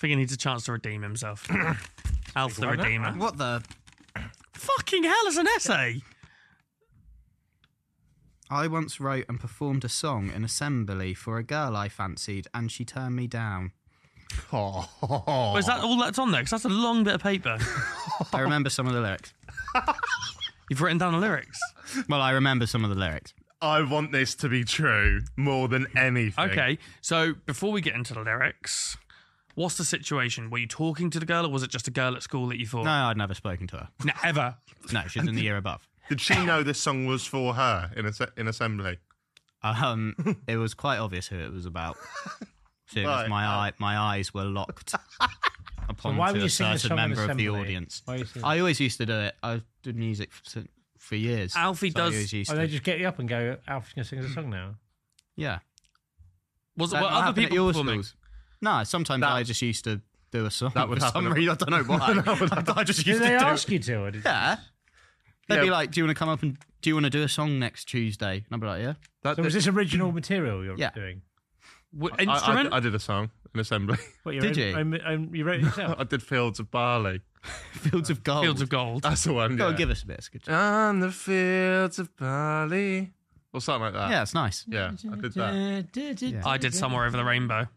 think he needs a chance to redeem himself. Alf the Redeemer. What the? Fucking hell is an essay. I once wrote and performed a song in assembly for a girl I fancied, and she turned me down. Oh, Well, is that all that's on there? Because that's a long bit of paper. I remember some of the lyrics. You've written down the lyrics. Well, I remember some of the lyrics. I want this to be true more than anything. Okay, so before we get into the lyrics, what's the situation? Were you talking to the girl, or was it just a girl at school that you thought No, I'd never spoken to her. ever? No, she's in the year above. Did she know this song was for her in asse- in assembly? Um, it was quite obvious who it was about. Seeing as Right. my eye, my eyes were locked upon why to were a you singing the certain song in member of the assembly? audience. Why are you singing- I always used to do it. I did music for, for years. Alfie I does- always used Oh, they to- just get you up and go, Alfie's going to sing us a song now. Yeah. Was it That were happened other at people your performing? schools? No, sometimes I just used to do a song. That would for some happen. reason. I don't know why. I just Did used to they do ask you to? Or did it. Yeah. They'd be Yeah. like, "Do you want to come up and do you want to do a song next Tuesday?" And I'd be like, "Yeah." That, So was this original material you're Yeah. doing? W- I- I- instrument? I, did a song in assembly. What, your Did own- you? own- own- you wrote it yourself? I did Fields of Barley. Fields of Gold. Fields of Gold. That's the one. Go yeah. on, give us a bit. It's a good. On the fields of Bali. Or something like that. Yeah, it's nice. Yeah, I did that. I did somewhere over the rainbow.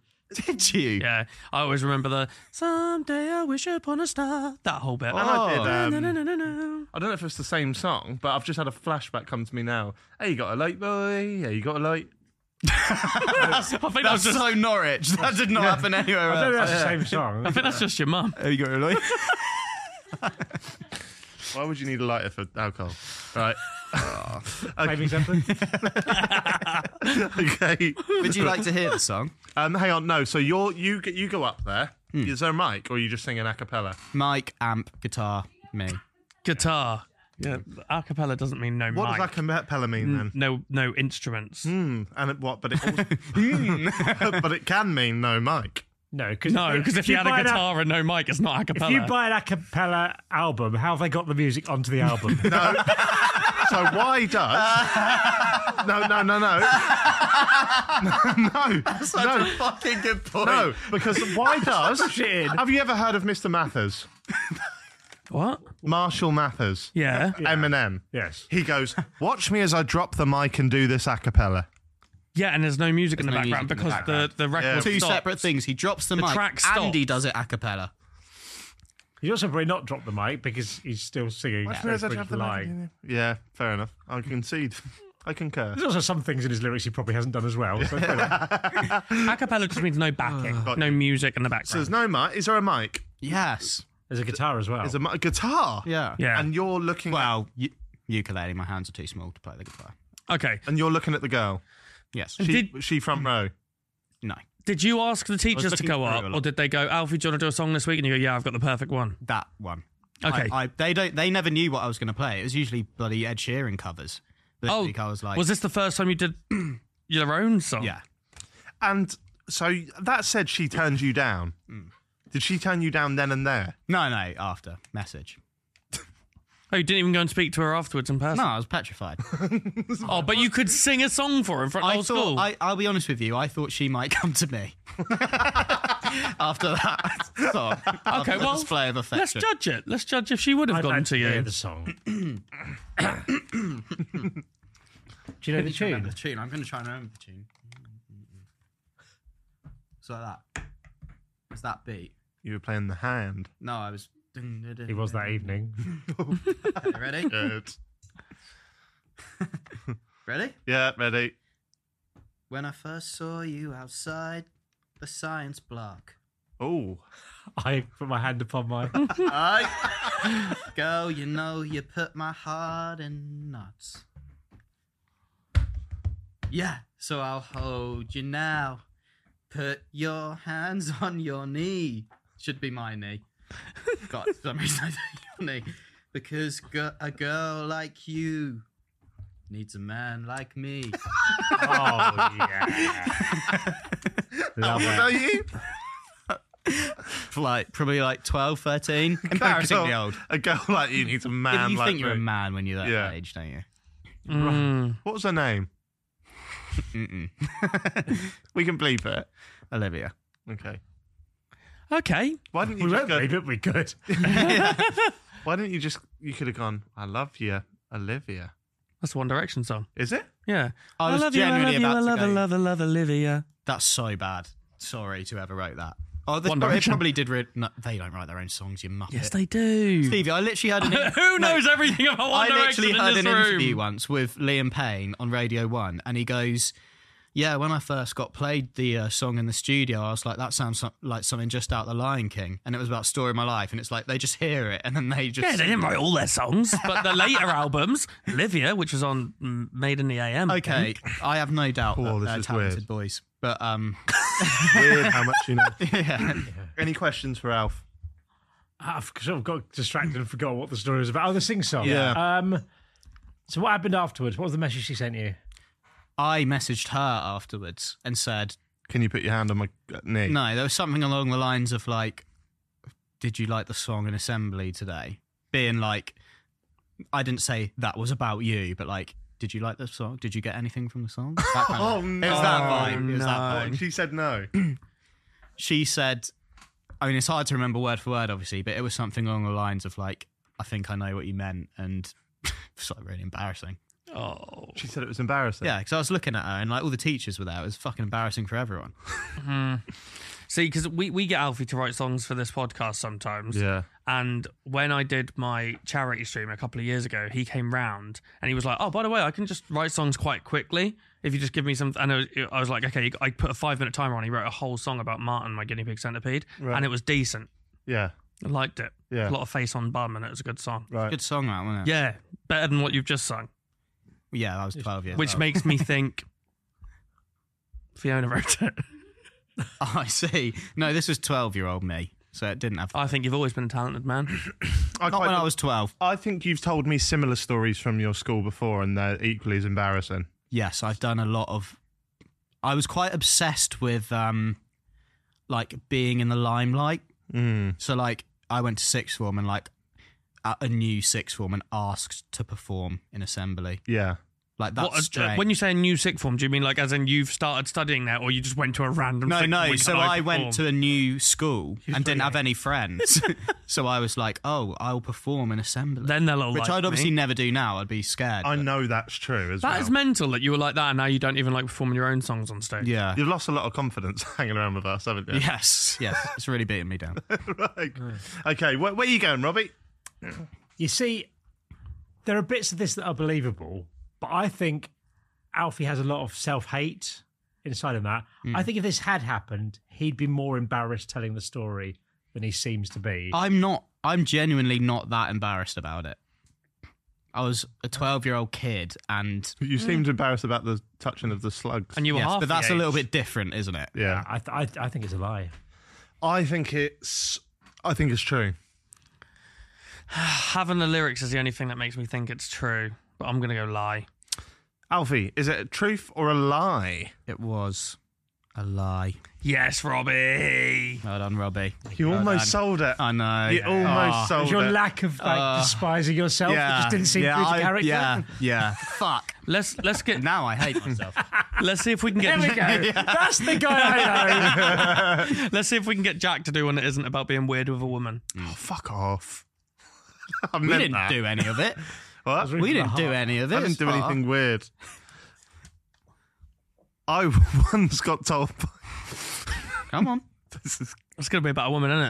Did you? Yeah, I always remember the "Someday I wish upon a star." That whole bit. And I did. No, Um, no, no, no, no. I don't know if it's the same song, but I've just had a flashback come to me now. Hey, you got a light, boy? Yeah, you got a light. I think that was That's just. so Norwich. That did not happen anywhere I don't know else. that's Uh, the same song. I think that's just your mum. There you go, Lloyd. Why would you need a lighter for alcohol? Right. Maybe something. okay. Would you like to hear the song? Um, hang on. No. So you're you g- you go up there. Is there a mic, or are you just singing a cappella? Mike, amp, guitar, me. Guitar. Yeah, a cappella doesn't mean no What mic. does a cappella mean then? no, no instruments. Hmm. And it, what? But it also, but it can mean no mic. No, because No, because if you had a guitar and no mic, it's not a if cappella. you buy an a cappella album, how have they got the music onto the album? So why does? no, no, no, no. no, no, fucking good point. no. Because why does? Shit. Have you ever heard of Mr. Mathers? what? Marshall Mathers. Yeah. Eminem. Yes. He goes, "Watch me as I drop the mic and do this a cappella." Yeah, and there's no music in the There's no background music in the because the, the record Yeah. Two stopped. separate things. He drops the, mic track and he stops. does it a cappella. He's also probably not dropped the mic because he's still singing. so he's probably lying. Yeah, fair enough. I concede. I concur. There's also some things in his lyrics he probably hasn't done as well. So A cappella just means no backing, no music in So the background. there's no mic. Is there a mic? Yes. There's a guitar as well. Is a, mi- a guitar? Yeah. yeah. And you're looking. Well, u- ukulele. My hands are too small to play the guitar. Okay. And you're looking at the girl. Yes. She, Did- she front row. No. Did you ask the teachers to looking go through up, a lot. or did they go, Alfie, do you want to do a song this week? And you go, Yeah, I've got the perfect one. That one. Okay. I, I, they don't. They never knew what I was going to play. It was usually bloody Ed Sheeran covers. This Oh, week I was like, was this the first time you did your own song? yeah. And so that said, she turned you down. Did she turn you down then and there? No, no. After message. Oh, you didn't even go and speak to her afterwards in No, person. I was petrified. Oh, but you could sing a song for her in front of the I whole thought. school. I, I'll be honest with you. I thought she might come to me. after that song. after the well, display of Let's affection. judge it. Let's judge if she would have I'd gone like to hear you. the song. Do you know the remember tune? the tune. I'm going to try and remember the tune. It's like that. It's that beat. You were playing the hand. No, I was. It was that evening. Okay, ready? Good. Ready? yeah, ready. When I first saw you outside the science block. Oh, I put my hand upon my. I... Girl, you know you put my heart in knots. Yeah, so I'll hold you now. Put your hands on your knee. Should be my knee. God, for some reason I said your knee. Because gi- a girl like you needs a man like me. Oh yeah. Love what it. about you? For like probably like 12, 13. Embarrassingly girl, old. A girl like you needs a man you like think you're a me. man when you're that Yeah. age, don't you? Mm. What was her name? We can bleep it. Olivia. Okay. Okay. Why didn't you We just won't go, leave it. We could. Why didn't you just? You could have gone. I love you, Olivia. That's a One Direction song. Is it? Yeah. I was love genuinely you, I about love to you, I go- love, I love, I love Olivia. That's so bad. Sorry to whoever wrote that. Oh, they, One they Direction. probably did. Re- no, they don't write their own songs, you muppet. Yes, they do. Stevie, I literally had an. in- Who No, knows everything about One I Direction literally in heard this an room? interview once with Liam Payne on Radio One, and he goes, "Yeah, when I first got played the uh, song in the studio, I was like, that sounds so- like something just out of The Lion King," and it was about story of my life, and it's like they just hear it and then they just. Yeah, they didn't write all their songs, but the later albums, Olivia, which was on mm, Made in the AM. Okay, I have no doubt Oh, that this is they're weird. talented boys, but um, Weird how much you know. yeah. Any questions for Alf? I've sort of got distracted and forgot what the story was about. Oh, the sing song. Yeah. Um. So what happened afterwards? What was the message she sent you? I messaged her afterwards and said, Can you put your hand on my uh, knee? No, there was something along the lines of like, did you like the song in assembly today? Being like, I didn't say that was about you, but like, did you like the song? Did you get anything from the song? That kind of- Oh no! It was that vibe. It was that no. vibe. She said no. She said, I mean, it's hard to remember word for word, obviously, but it was something along the lines of like, I think I know what you meant, and it's like really embarrassing. Oh. She said it was embarrassing. Yeah, because I was looking at her and like all the teachers were there. It was fucking embarrassing for everyone. See, because we, we get Alfie to write songs for this podcast sometimes. Yeah. And when I did my charity stream a couple of years ago, he came round and he was like, "Oh, by the way, I can just write songs quite quickly if you just give me some." And I was, I was like, "Okay." I put a five minute timer on. He wrote a whole song about Martin, my guinea pig centipede, and it was decent. Yeah. I liked it. Yeah. A lot of face on bum, and it was a good song. Right. Good song, that wasn't it? Yeah, better than what you've just sung, Yeah, I was 12 years which old. makes me think Fiona wrote it. Oh, I see. No, this was 12 year old me. So it didn't have. I think you've always been a talented man. I, Not quite- when I was 12. I think you've told me similar stories from your school before, and they're equally as embarrassing. Yes, I've done a lot of. I was quite obsessed with um, like being in the limelight. Hmm. Mm. So like I went to sixth form and like at a new sixth form and asked to perform in assembly. Yeah. Like that's What, uh, strange. when you say a new sick form, do you mean like as in you've started studying there, or you just went to a random? no, sick no. week So and I, performed? went to a new school and didn't have any friends. so I was like, oh, I'll perform in assembly. Then they'll all which like I'd obviously Me. never do now. I'd be scared. I but- know that's true as That is well. mental that you were like that, and now you don't even like performing your own songs on stage. Yeah. You've lost a lot of confidence hanging around with us, haven't you? Yes, yes, it's really beating me down. Right. Okay, where, where are you going, Robbie? You see, there are bits of this that are believable, but I think Alfie has a lot of self hate inside of that. Hmm. I think if this had happened, he'd be more embarrassed telling the story than he seems to be. I'm not. I'm genuinely not that embarrassed about it. I was a 12 year old kid, and You seemed embarrassed about the touching of the slugs. And you were yes, half but the that's a little age. bit different, isn't it? yeah, I, th- I, th- I think it's a lie. I think it's. I think it's true. Having the lyrics is the only thing that makes me think it's true, but I'm going to go lie. Alfie, is it a truth or a lie? It was a lie. Yes, Robbie. Well done, Robbie. You Well almost done. sold it. I know. You almost Oh, It was sold your it. lack of like Uh, despising yourself that yeah, just didn't seem yeah, through I- the character. Yeah, yeah. Fuck. Let's let's get Now I hate myself. let's see if we can There get we go. That's the guy I know. let's see if we can get Jack to do one that isn't about being weird with a woman. Oh, fuck off. I we meant didn't that. do any of it. What? was We Into the didn't do heart. any of it. I didn't It's do far. anything weird. I once got told by Come on. this is, It's going to be about a woman, isn't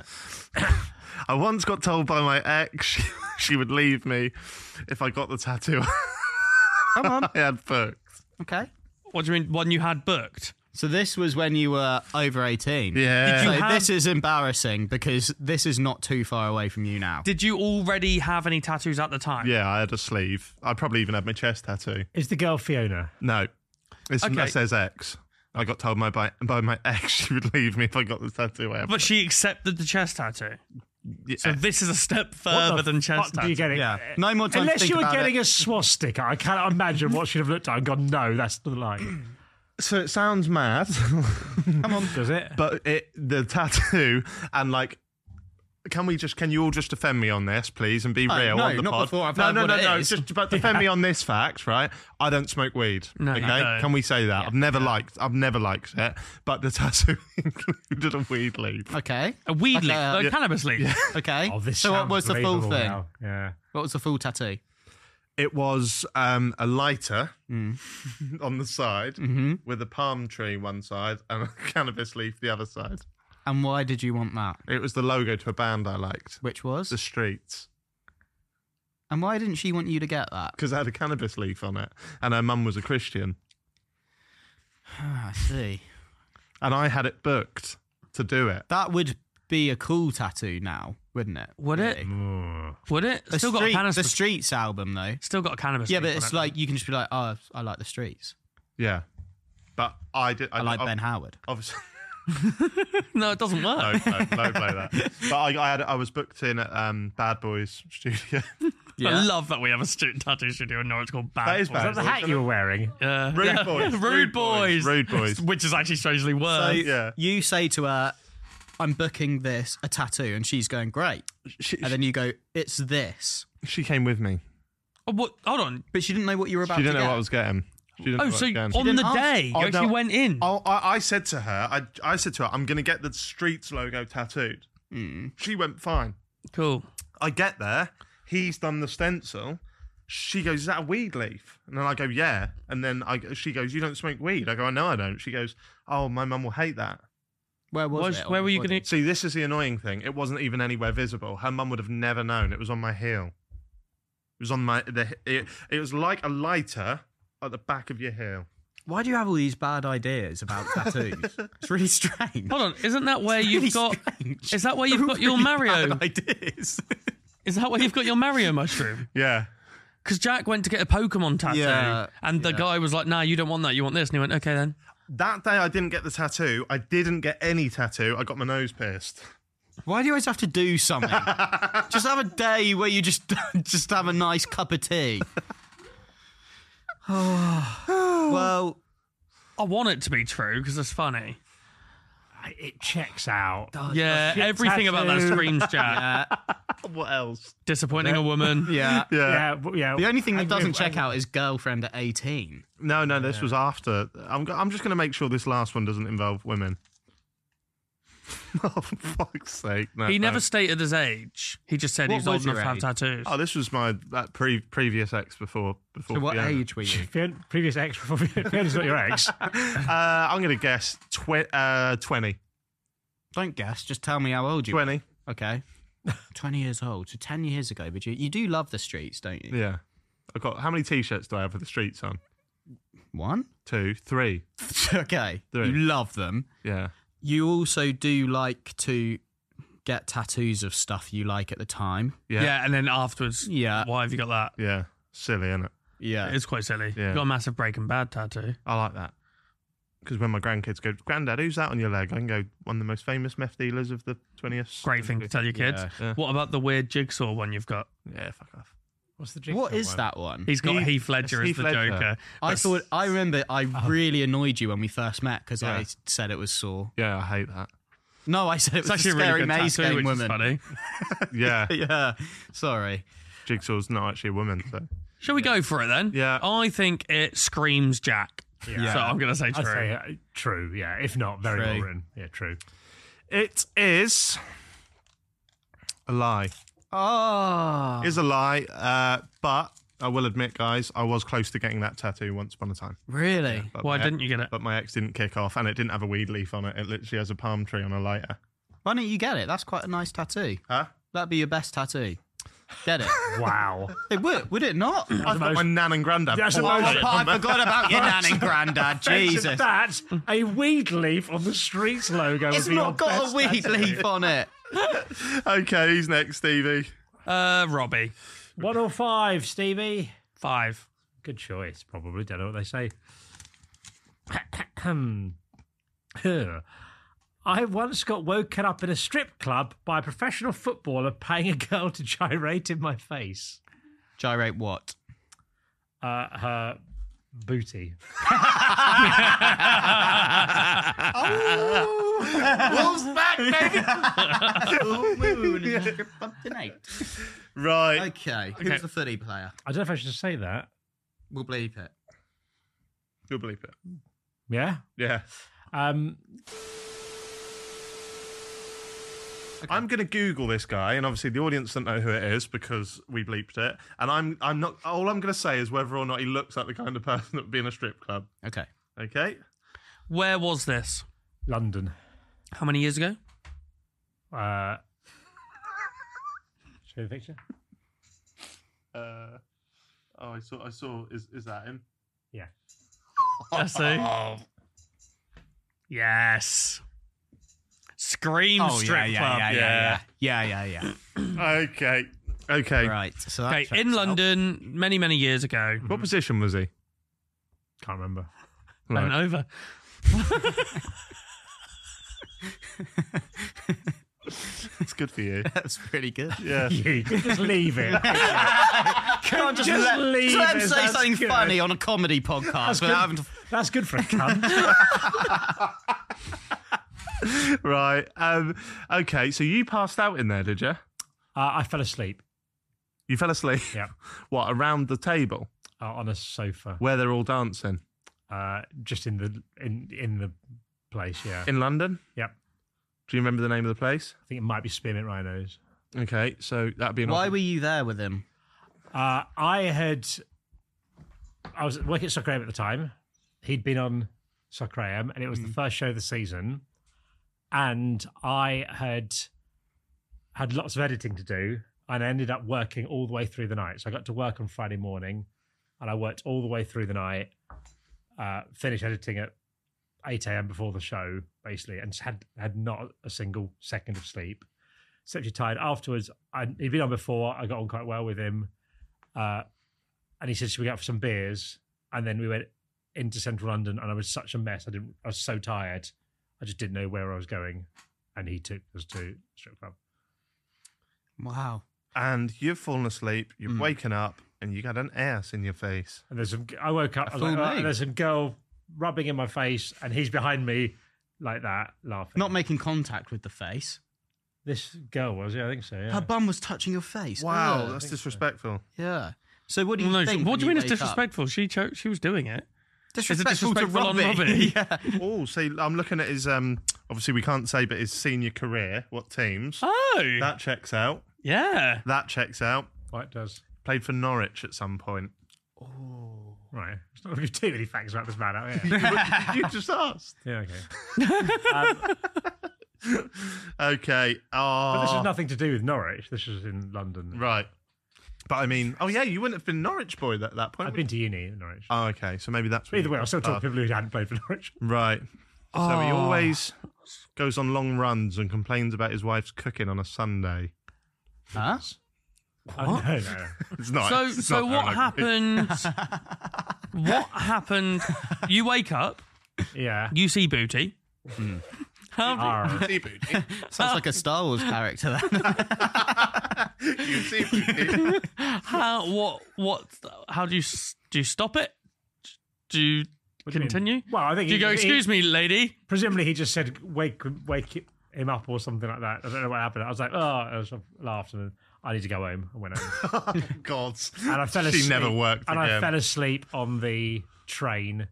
it? I once got told by my ex she, she would leave me if I got the tattoo Come on. I had booked. Okay. What do you mean? One you had booked? So this was when you were over 18. Yeah. So you have- this is embarrassing because this is not too far away from you now. Did you already have any tattoos at the time? yeah, I had a sleeve. I probably even had my chest tattoo. Is the girl Fiona? No, it's Okay. that says ex. I got told my by, by my ex she would leave me if I got the tattoo. I had But she accepted the chest tattoo. Yeah. So this is a step What further the than chest fuck do tattoo. you getting? Yeah. No more time to Unless think you were about getting it. a swastika, I cannot imagine what she'd have looked at and gone, no, that's the lie. so it sounds mad, Come on. Does it? but it the tattoo and like. Can we just? Can you all just defend me on this, please, and be Oh, real no, on the not pod? before I've no, heard no, what no, it no. is. Just about defend me on this fact, right? I don't smoke weed. No, okay, you don't. can we say that? I've never liked. I've never liked it, but the tattoo included a weed leaf. Okay. A weed leaf, uh, like yeah. cannabis leaf. Okay. Oh, this so what sounds was the full believable thing? now. Yeah. What was the full tattoo? It was um, a lighter Mm. on the side Mm-hmm. with a palm tree one side and a cannabis leaf the other side. And why did you want that? It was the logo to a band I liked, Which was? The Streets, And why didn't she want you to get that? because it had a cannabis leaf on it, and her mum was a Christian, Ah, I see. and I had it booked to do it. That would be a cool tattoo now, wouldn't it? Would it? Mm. Would it? The, still got a street, cannabis. the Streets album, though. Still got a cannabis. Yeah, leaf but on it's it. like you can just be like, oh, I like the Streets. Yeah, but I did. I, like ob- Ben Howard. Obviously, no, it doesn't work. no, no, don't play that. But I, I had. I was booked in at um, Bad Boys Studio. I love that we have a student tattoo studio in Norwich called Bad. That is Boys. bad. Is that the hat you were wearing? Yeah. Rude Yeah. boys. rude, Rude boys. boys. Rude boys. Which is actually strangely So worse. yeah. you say to her, I'm booking this, a tattoo, and she's going, great. She, And then you go, it's this. she came with me. oh, what? Hold on. But she didn't know what you were about She didn't to know get. what I was getting. She didn't know Oh, what I so was getting. on didn't the ask- day you Oh, actually no. went in. Oh, I, I said to her, I, I said to her, I'm going to get the Streets logo tattooed. She went, fine. Cool. I get there. He's done the stencil. She goes, is that a weed leaf? And then I go, yeah. And then I, she goes, you don't smoke weed. I go, I know I don't. She goes, oh, my mum will hate that. Where was, Was- it? Oh where on were your you body? gonna- See, this is the annoying thing. It wasn't even anywhere visible. Her mum would have never known. It was on my heel. It was on my, the, it, it was like a lighter at the back of your heel. Why do you have all these bad ideas about tattoos? it's really strange. Hold on. Isn't that where you've got? strange. Is that where you've got your Really Mario? bad ideas. Is that where you've got your Mario mushroom? Yeah. Because Jack went to get a Pokemon tattoo, Yeah, and the guy was like, "No, you don't want that. You want this." And he went, "Okay then." That day I didn't get the tattoo. I didn't get any tattoo. I got my nose pierced. Why do you always have to do something? just have a day where you just just have a nice cup of tea. well, I want it to be true because it's funny. I- It checks out. Oh, yeah, shit everything about that tattoo. screams Jack. What else? Disappointing a woman. yeah. Yeah, w- yeah. The only thing that And doesn't with- check out is girlfriend at 18. No, no, this was after. I'm, go- I'm just going to make sure this last one doesn't involve women. oh, for fuck's sake. No, He no. never stated his age. He just said he What was old was your enough to have age? tattoos. Oh, this was my that pre- previous ex before. before So what Fiona. age were you? Fiona- Previous ex before Fiona's not your ex. Uh, I'm going to guess twi- uh, 20. Don't guess. Just tell me how old you 20. were. Okay. 20 years old. So 10 years ago. But you, you do love the streets, don't you? Yeah. I've got. How many t shirts do I have for the streets on? One? Two, three. okay. Three. You love them. Yeah. You also do like to get tattoos of stuff you like at the time. yeah. Yeah. and then afterwards, Yeah. why have you got that? Yeah. Silly, isn't it? Yeah. It's quite silly. Yeah. You got a massive Breaking Bad tattoo. I like that. Because when my grandkids go, Granddad, who's that on your leg? I can go, one of the most famous meth dealers of the 20th. Great thing to tell your kids. Yeah. Yeah. What about the weird jigsaw one you've got? Yeah, fuck off. What's the What jigsaw is one? that one? He's got Heath- Heath it's Ledger as Heath the Ledger. Joker. I thought I remember. I Oh. really annoyed you when we first met because I Yeah. said it was Saw. Yeah, I hate that. No, I said it It's was actually the a really scary good maze tattoo, game which is woman. funny. Yeah, yeah, sorry. Jigsaw's not actually a woman, so. Shall we go for it then? Yeah. I think it screams Jack. Yeah. So I'm going to say I'd true. say uh, true. Yeah, if not, very True. well written. Yeah, true. It is a lie. Oh, Is a lie, uh, but I will admit, guys, I was close to getting that tattoo once upon a time. really? But Why my- didn't you get it? But my ex didn't kick off, and it didn't have a weed leaf on it. It literally has a palm tree on a lighter. Why don't you get it? That's quite a nice tattoo. Huh? That'd be your best tattoo. Get it? Wow. it would, would it not? I thought my nan and granddad. That's the bought most- it. I forgot about your nan and granddad. Jesus. Jesus, That a weed leaf on the streets logo. it's would be your not got best a weed tattoo. leaf on it. Okay, who's next, Stevie? Oh. Uh, Robbie. 105, Stevie. Five. Good choice, probably. Don't know what they say. Huh. I once got woken up in a strip club by a professional footballer paying a girl to gyrate in my face. Gyrate what? Uh, her booty. Wolves back, baby. Full moon in the strip club tonight. Right. Okay, Okay. who's the footy player? I don't know if I should say that. We'll believe it. You'll believe it. Yeah. Yeah. Um, I'm going to Google this guy, and obviously the audience don't know who it is because we bleeped it. And I'm, I'm not. All I'm going to say is whether or not he looks like the kind of person that would be in a strip club. Okay. Okay. Where was this? London. How many years ago? Uh, show the picture. Uh, oh, I saw. I saw. Is is that him? Yeah. Jesse? Yes. Scream strip club. Oh, yeah, yeah, yeah, yeah. Okay. Okay. Right. So that Okay, checks in out. London, many, many years ago. What position was he? Can't remember. Right. And over. It's good for you. That's pretty good. Yeah. You can just leave it. Can't just, Just let, leave just let him it, say that's something good. funny on a comedy podcast without having to. That's good for a cunt. Uh, right. Um, okay. So you passed out in there, did you? Uh, I fell asleep. You fell asleep. Yeah. What around the table Uh, on a sofa, where they're all dancing uh, just in the in in the place. Yeah. in London? Yep. Do you remember the name of the place? I think it might be Spearmint Rhinos. Okay. So that'd be an Why were you there with him? Uh, I had, I was working at Soccer AM at the time. He'd been on Soccer AM, and it was the first show of the season. And I had had lots of editing to do, and I ended up working all the way through the night. So I got to work on Friday morning, and I worked all the way through the night. Uh, finished editing at eight a.m. before the show, basically, and just had had not a single second of sleep. Exceptionally tired. Afterwards, I, he'd been on before. I got on quite well with him uh, and he said, "Should we go out for some beers?" And then we went into central London, and I was such a mess. I didn't. I was so tired. I just didn't know where I was going, and he took us to strip club. Wow. And you've fallen asleep. You've Mm. waken up, and you got an ass in your face. And there's some. I woke up. I was Full like, "Oh," name. and there's some girl rubbing in my face, and he's behind me like that, laughing. Not making contact with the face. this girl was. Yeah, I think so. Yeah. Her bum was touching your face. Wow, Ugh. that's disrespectful. Yeah. So what do you Well, no, think? what when do you mean it's wake up? disrespectful? She cho- she was doing it. Disrespectful, disrespectful on to Robbie. Robbie? yeah. Oh, so I'm looking at his. Um, obviously we can't say, but his senior career. What teams? Oh, That checks out. yeah. That checks out. Quite does. Played for Norwich at some point. Right. It's not going to be too many facts about this man out here. you just asked. yeah. Okay. Okay. Oh, But this has nothing to do with Norwich. This was in London. right. But I mean, oh yeah, you wouldn't have been Norwich boy at that point. I've would been to uni in Norwich. you? Oh, okay. So maybe that's Either way, I was still Oh, talking Ah. to people who hadn't played for Norwich. Right. So he Oh. always goes on long runs and complains about his wife's cooking on a Sunday. Huh? Oh, What? no, no. It's not. So, it's so not what like- happened? what happened? You wake up, Yeah. you see Booty. How do- Arr. See, Booty. Sounds like a Star Wars character. Then. You see, Booty. how what what how do you s- do you stop it? Do you What do you mean? continue? Well, I do think you go? Excuse me, lady. Presumably, he just said wake wake him up or something like that. I don't know what happened. I was like, oh, I was laughed and then I need to go home. I went home Oh, God. and I fell asleep. She never worked And again. I fell asleep on the train.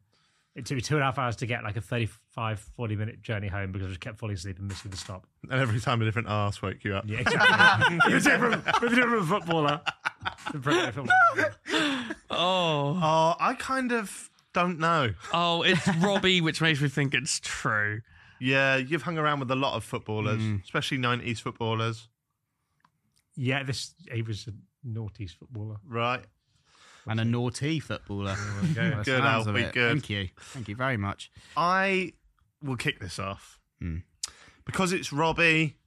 It took me two and a half hours to get like a 35, 40 minute journey home because I just kept falling asleep and missing the stop. and every time a different ass woke you up. Yeah, exactly. You're different, you're different footballer. Different footballer. Oh, Oh, I kind of don't know. oh, it's Robbie, which makes me think it's true. Yeah, you've hung around with a lot of footballers, especially 90s footballers, Yeah, this he was a naughty footballer. right? and a naughty footballer. go. By the Good, sounds of Albie, it. good. Thank you. Thank you very much. I will kick this off Hmm. because it's Robbie.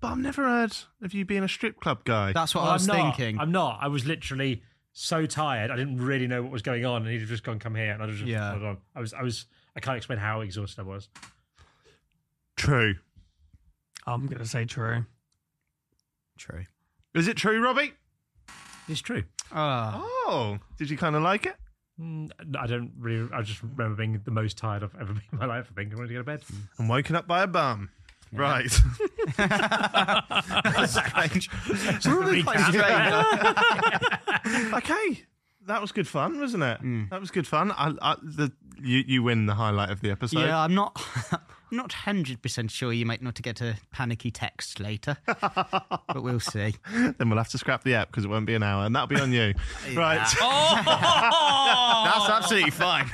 But I've never heard of you being a strip club guy. That's what Well, I was I'm not, thinking. I'm not. I was literally so tired. I didn't really know what was going on, and he'd just gone, "Come here," and I just Yeah. hold on. I was, I was, I can't explain how exhausted I was. true. I'm gonna say true. True. Is it true, Robbie? It's true. Ah. Oh, did you kind of like it? Mm, I don't really. I just remember being the most tired I've ever been in my life. I think I wanted to go to bed. I'm woken up by a bum. Right. That's strange. It's really quite strange. okay. That was good fun, wasn't it? That was good fun. I, I, the, you, you win the highlight of the episode. yeah, I'm not. I'm not hundred percent sure you might not get a panicky text later, but we'll see. Then we'll have to scrap the app because it won't be an hour, and that'll be on you. Right. Oh, That's absolutely fine.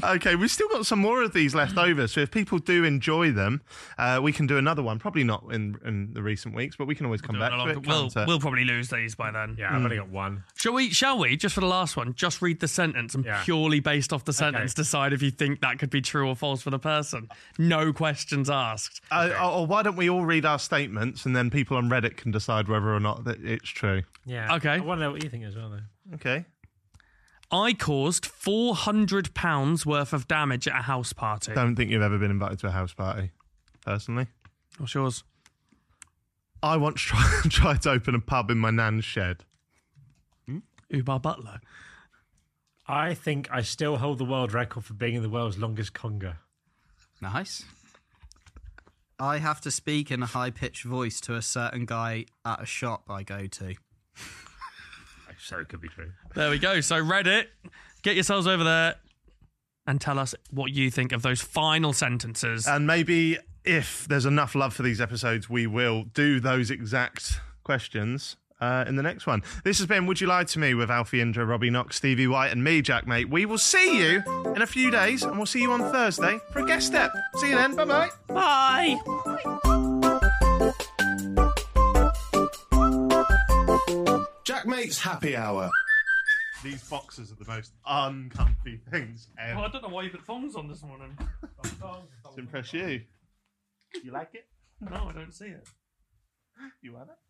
okay, we've still got some more of these left over. So if people do enjoy them, uh, we can do another one. Probably not in, in the recent weeks, but we can always come back to it. we'll can't it? we'll probably lose these by then. Yeah, I've only got one. Shall we? Shall we? Just for the last one, just read the sentence and Yeah. purely based off the sentence, decide if you think that could be true or false for the person. No questions asked. Uh, or- or why don't we all read our statements and then people on Reddit can decide whether or not that it's true? Yeah. Okay. I want to know what you think as well, though. Okay. I caused four hundred pounds worth of damage at a house party. Don't think you've ever been invited to a house party, personally. What's yours? I once tried, tried to open a pub in my nan's shed. Ubar Butler. I think I still hold the world record for being in the world's longest conga. Nice. I have to speak in a high pitched voice to a certain guy at a shop I go to. So it could be true. There we go. So Reddit, get yourselves over there and tell us what you think of those final sentences. And maybe if there's enough love for these episodes, we will do those exact questions. Uh, in the next one. This has been Would You Lie to Me with Alfie Indra, Robbie Knox, Stevie White, and me, Jack Mate. We will see you in a few days, and we'll see you on Thursday for a guest step. See you then. Bye bye. Bye. Jack Mate's Happy Hour. These boxes are the most uncomfy things ever. Oh, don't know why you put thongs on this morning. To impress you. You like it? No, I don't see it. You want it?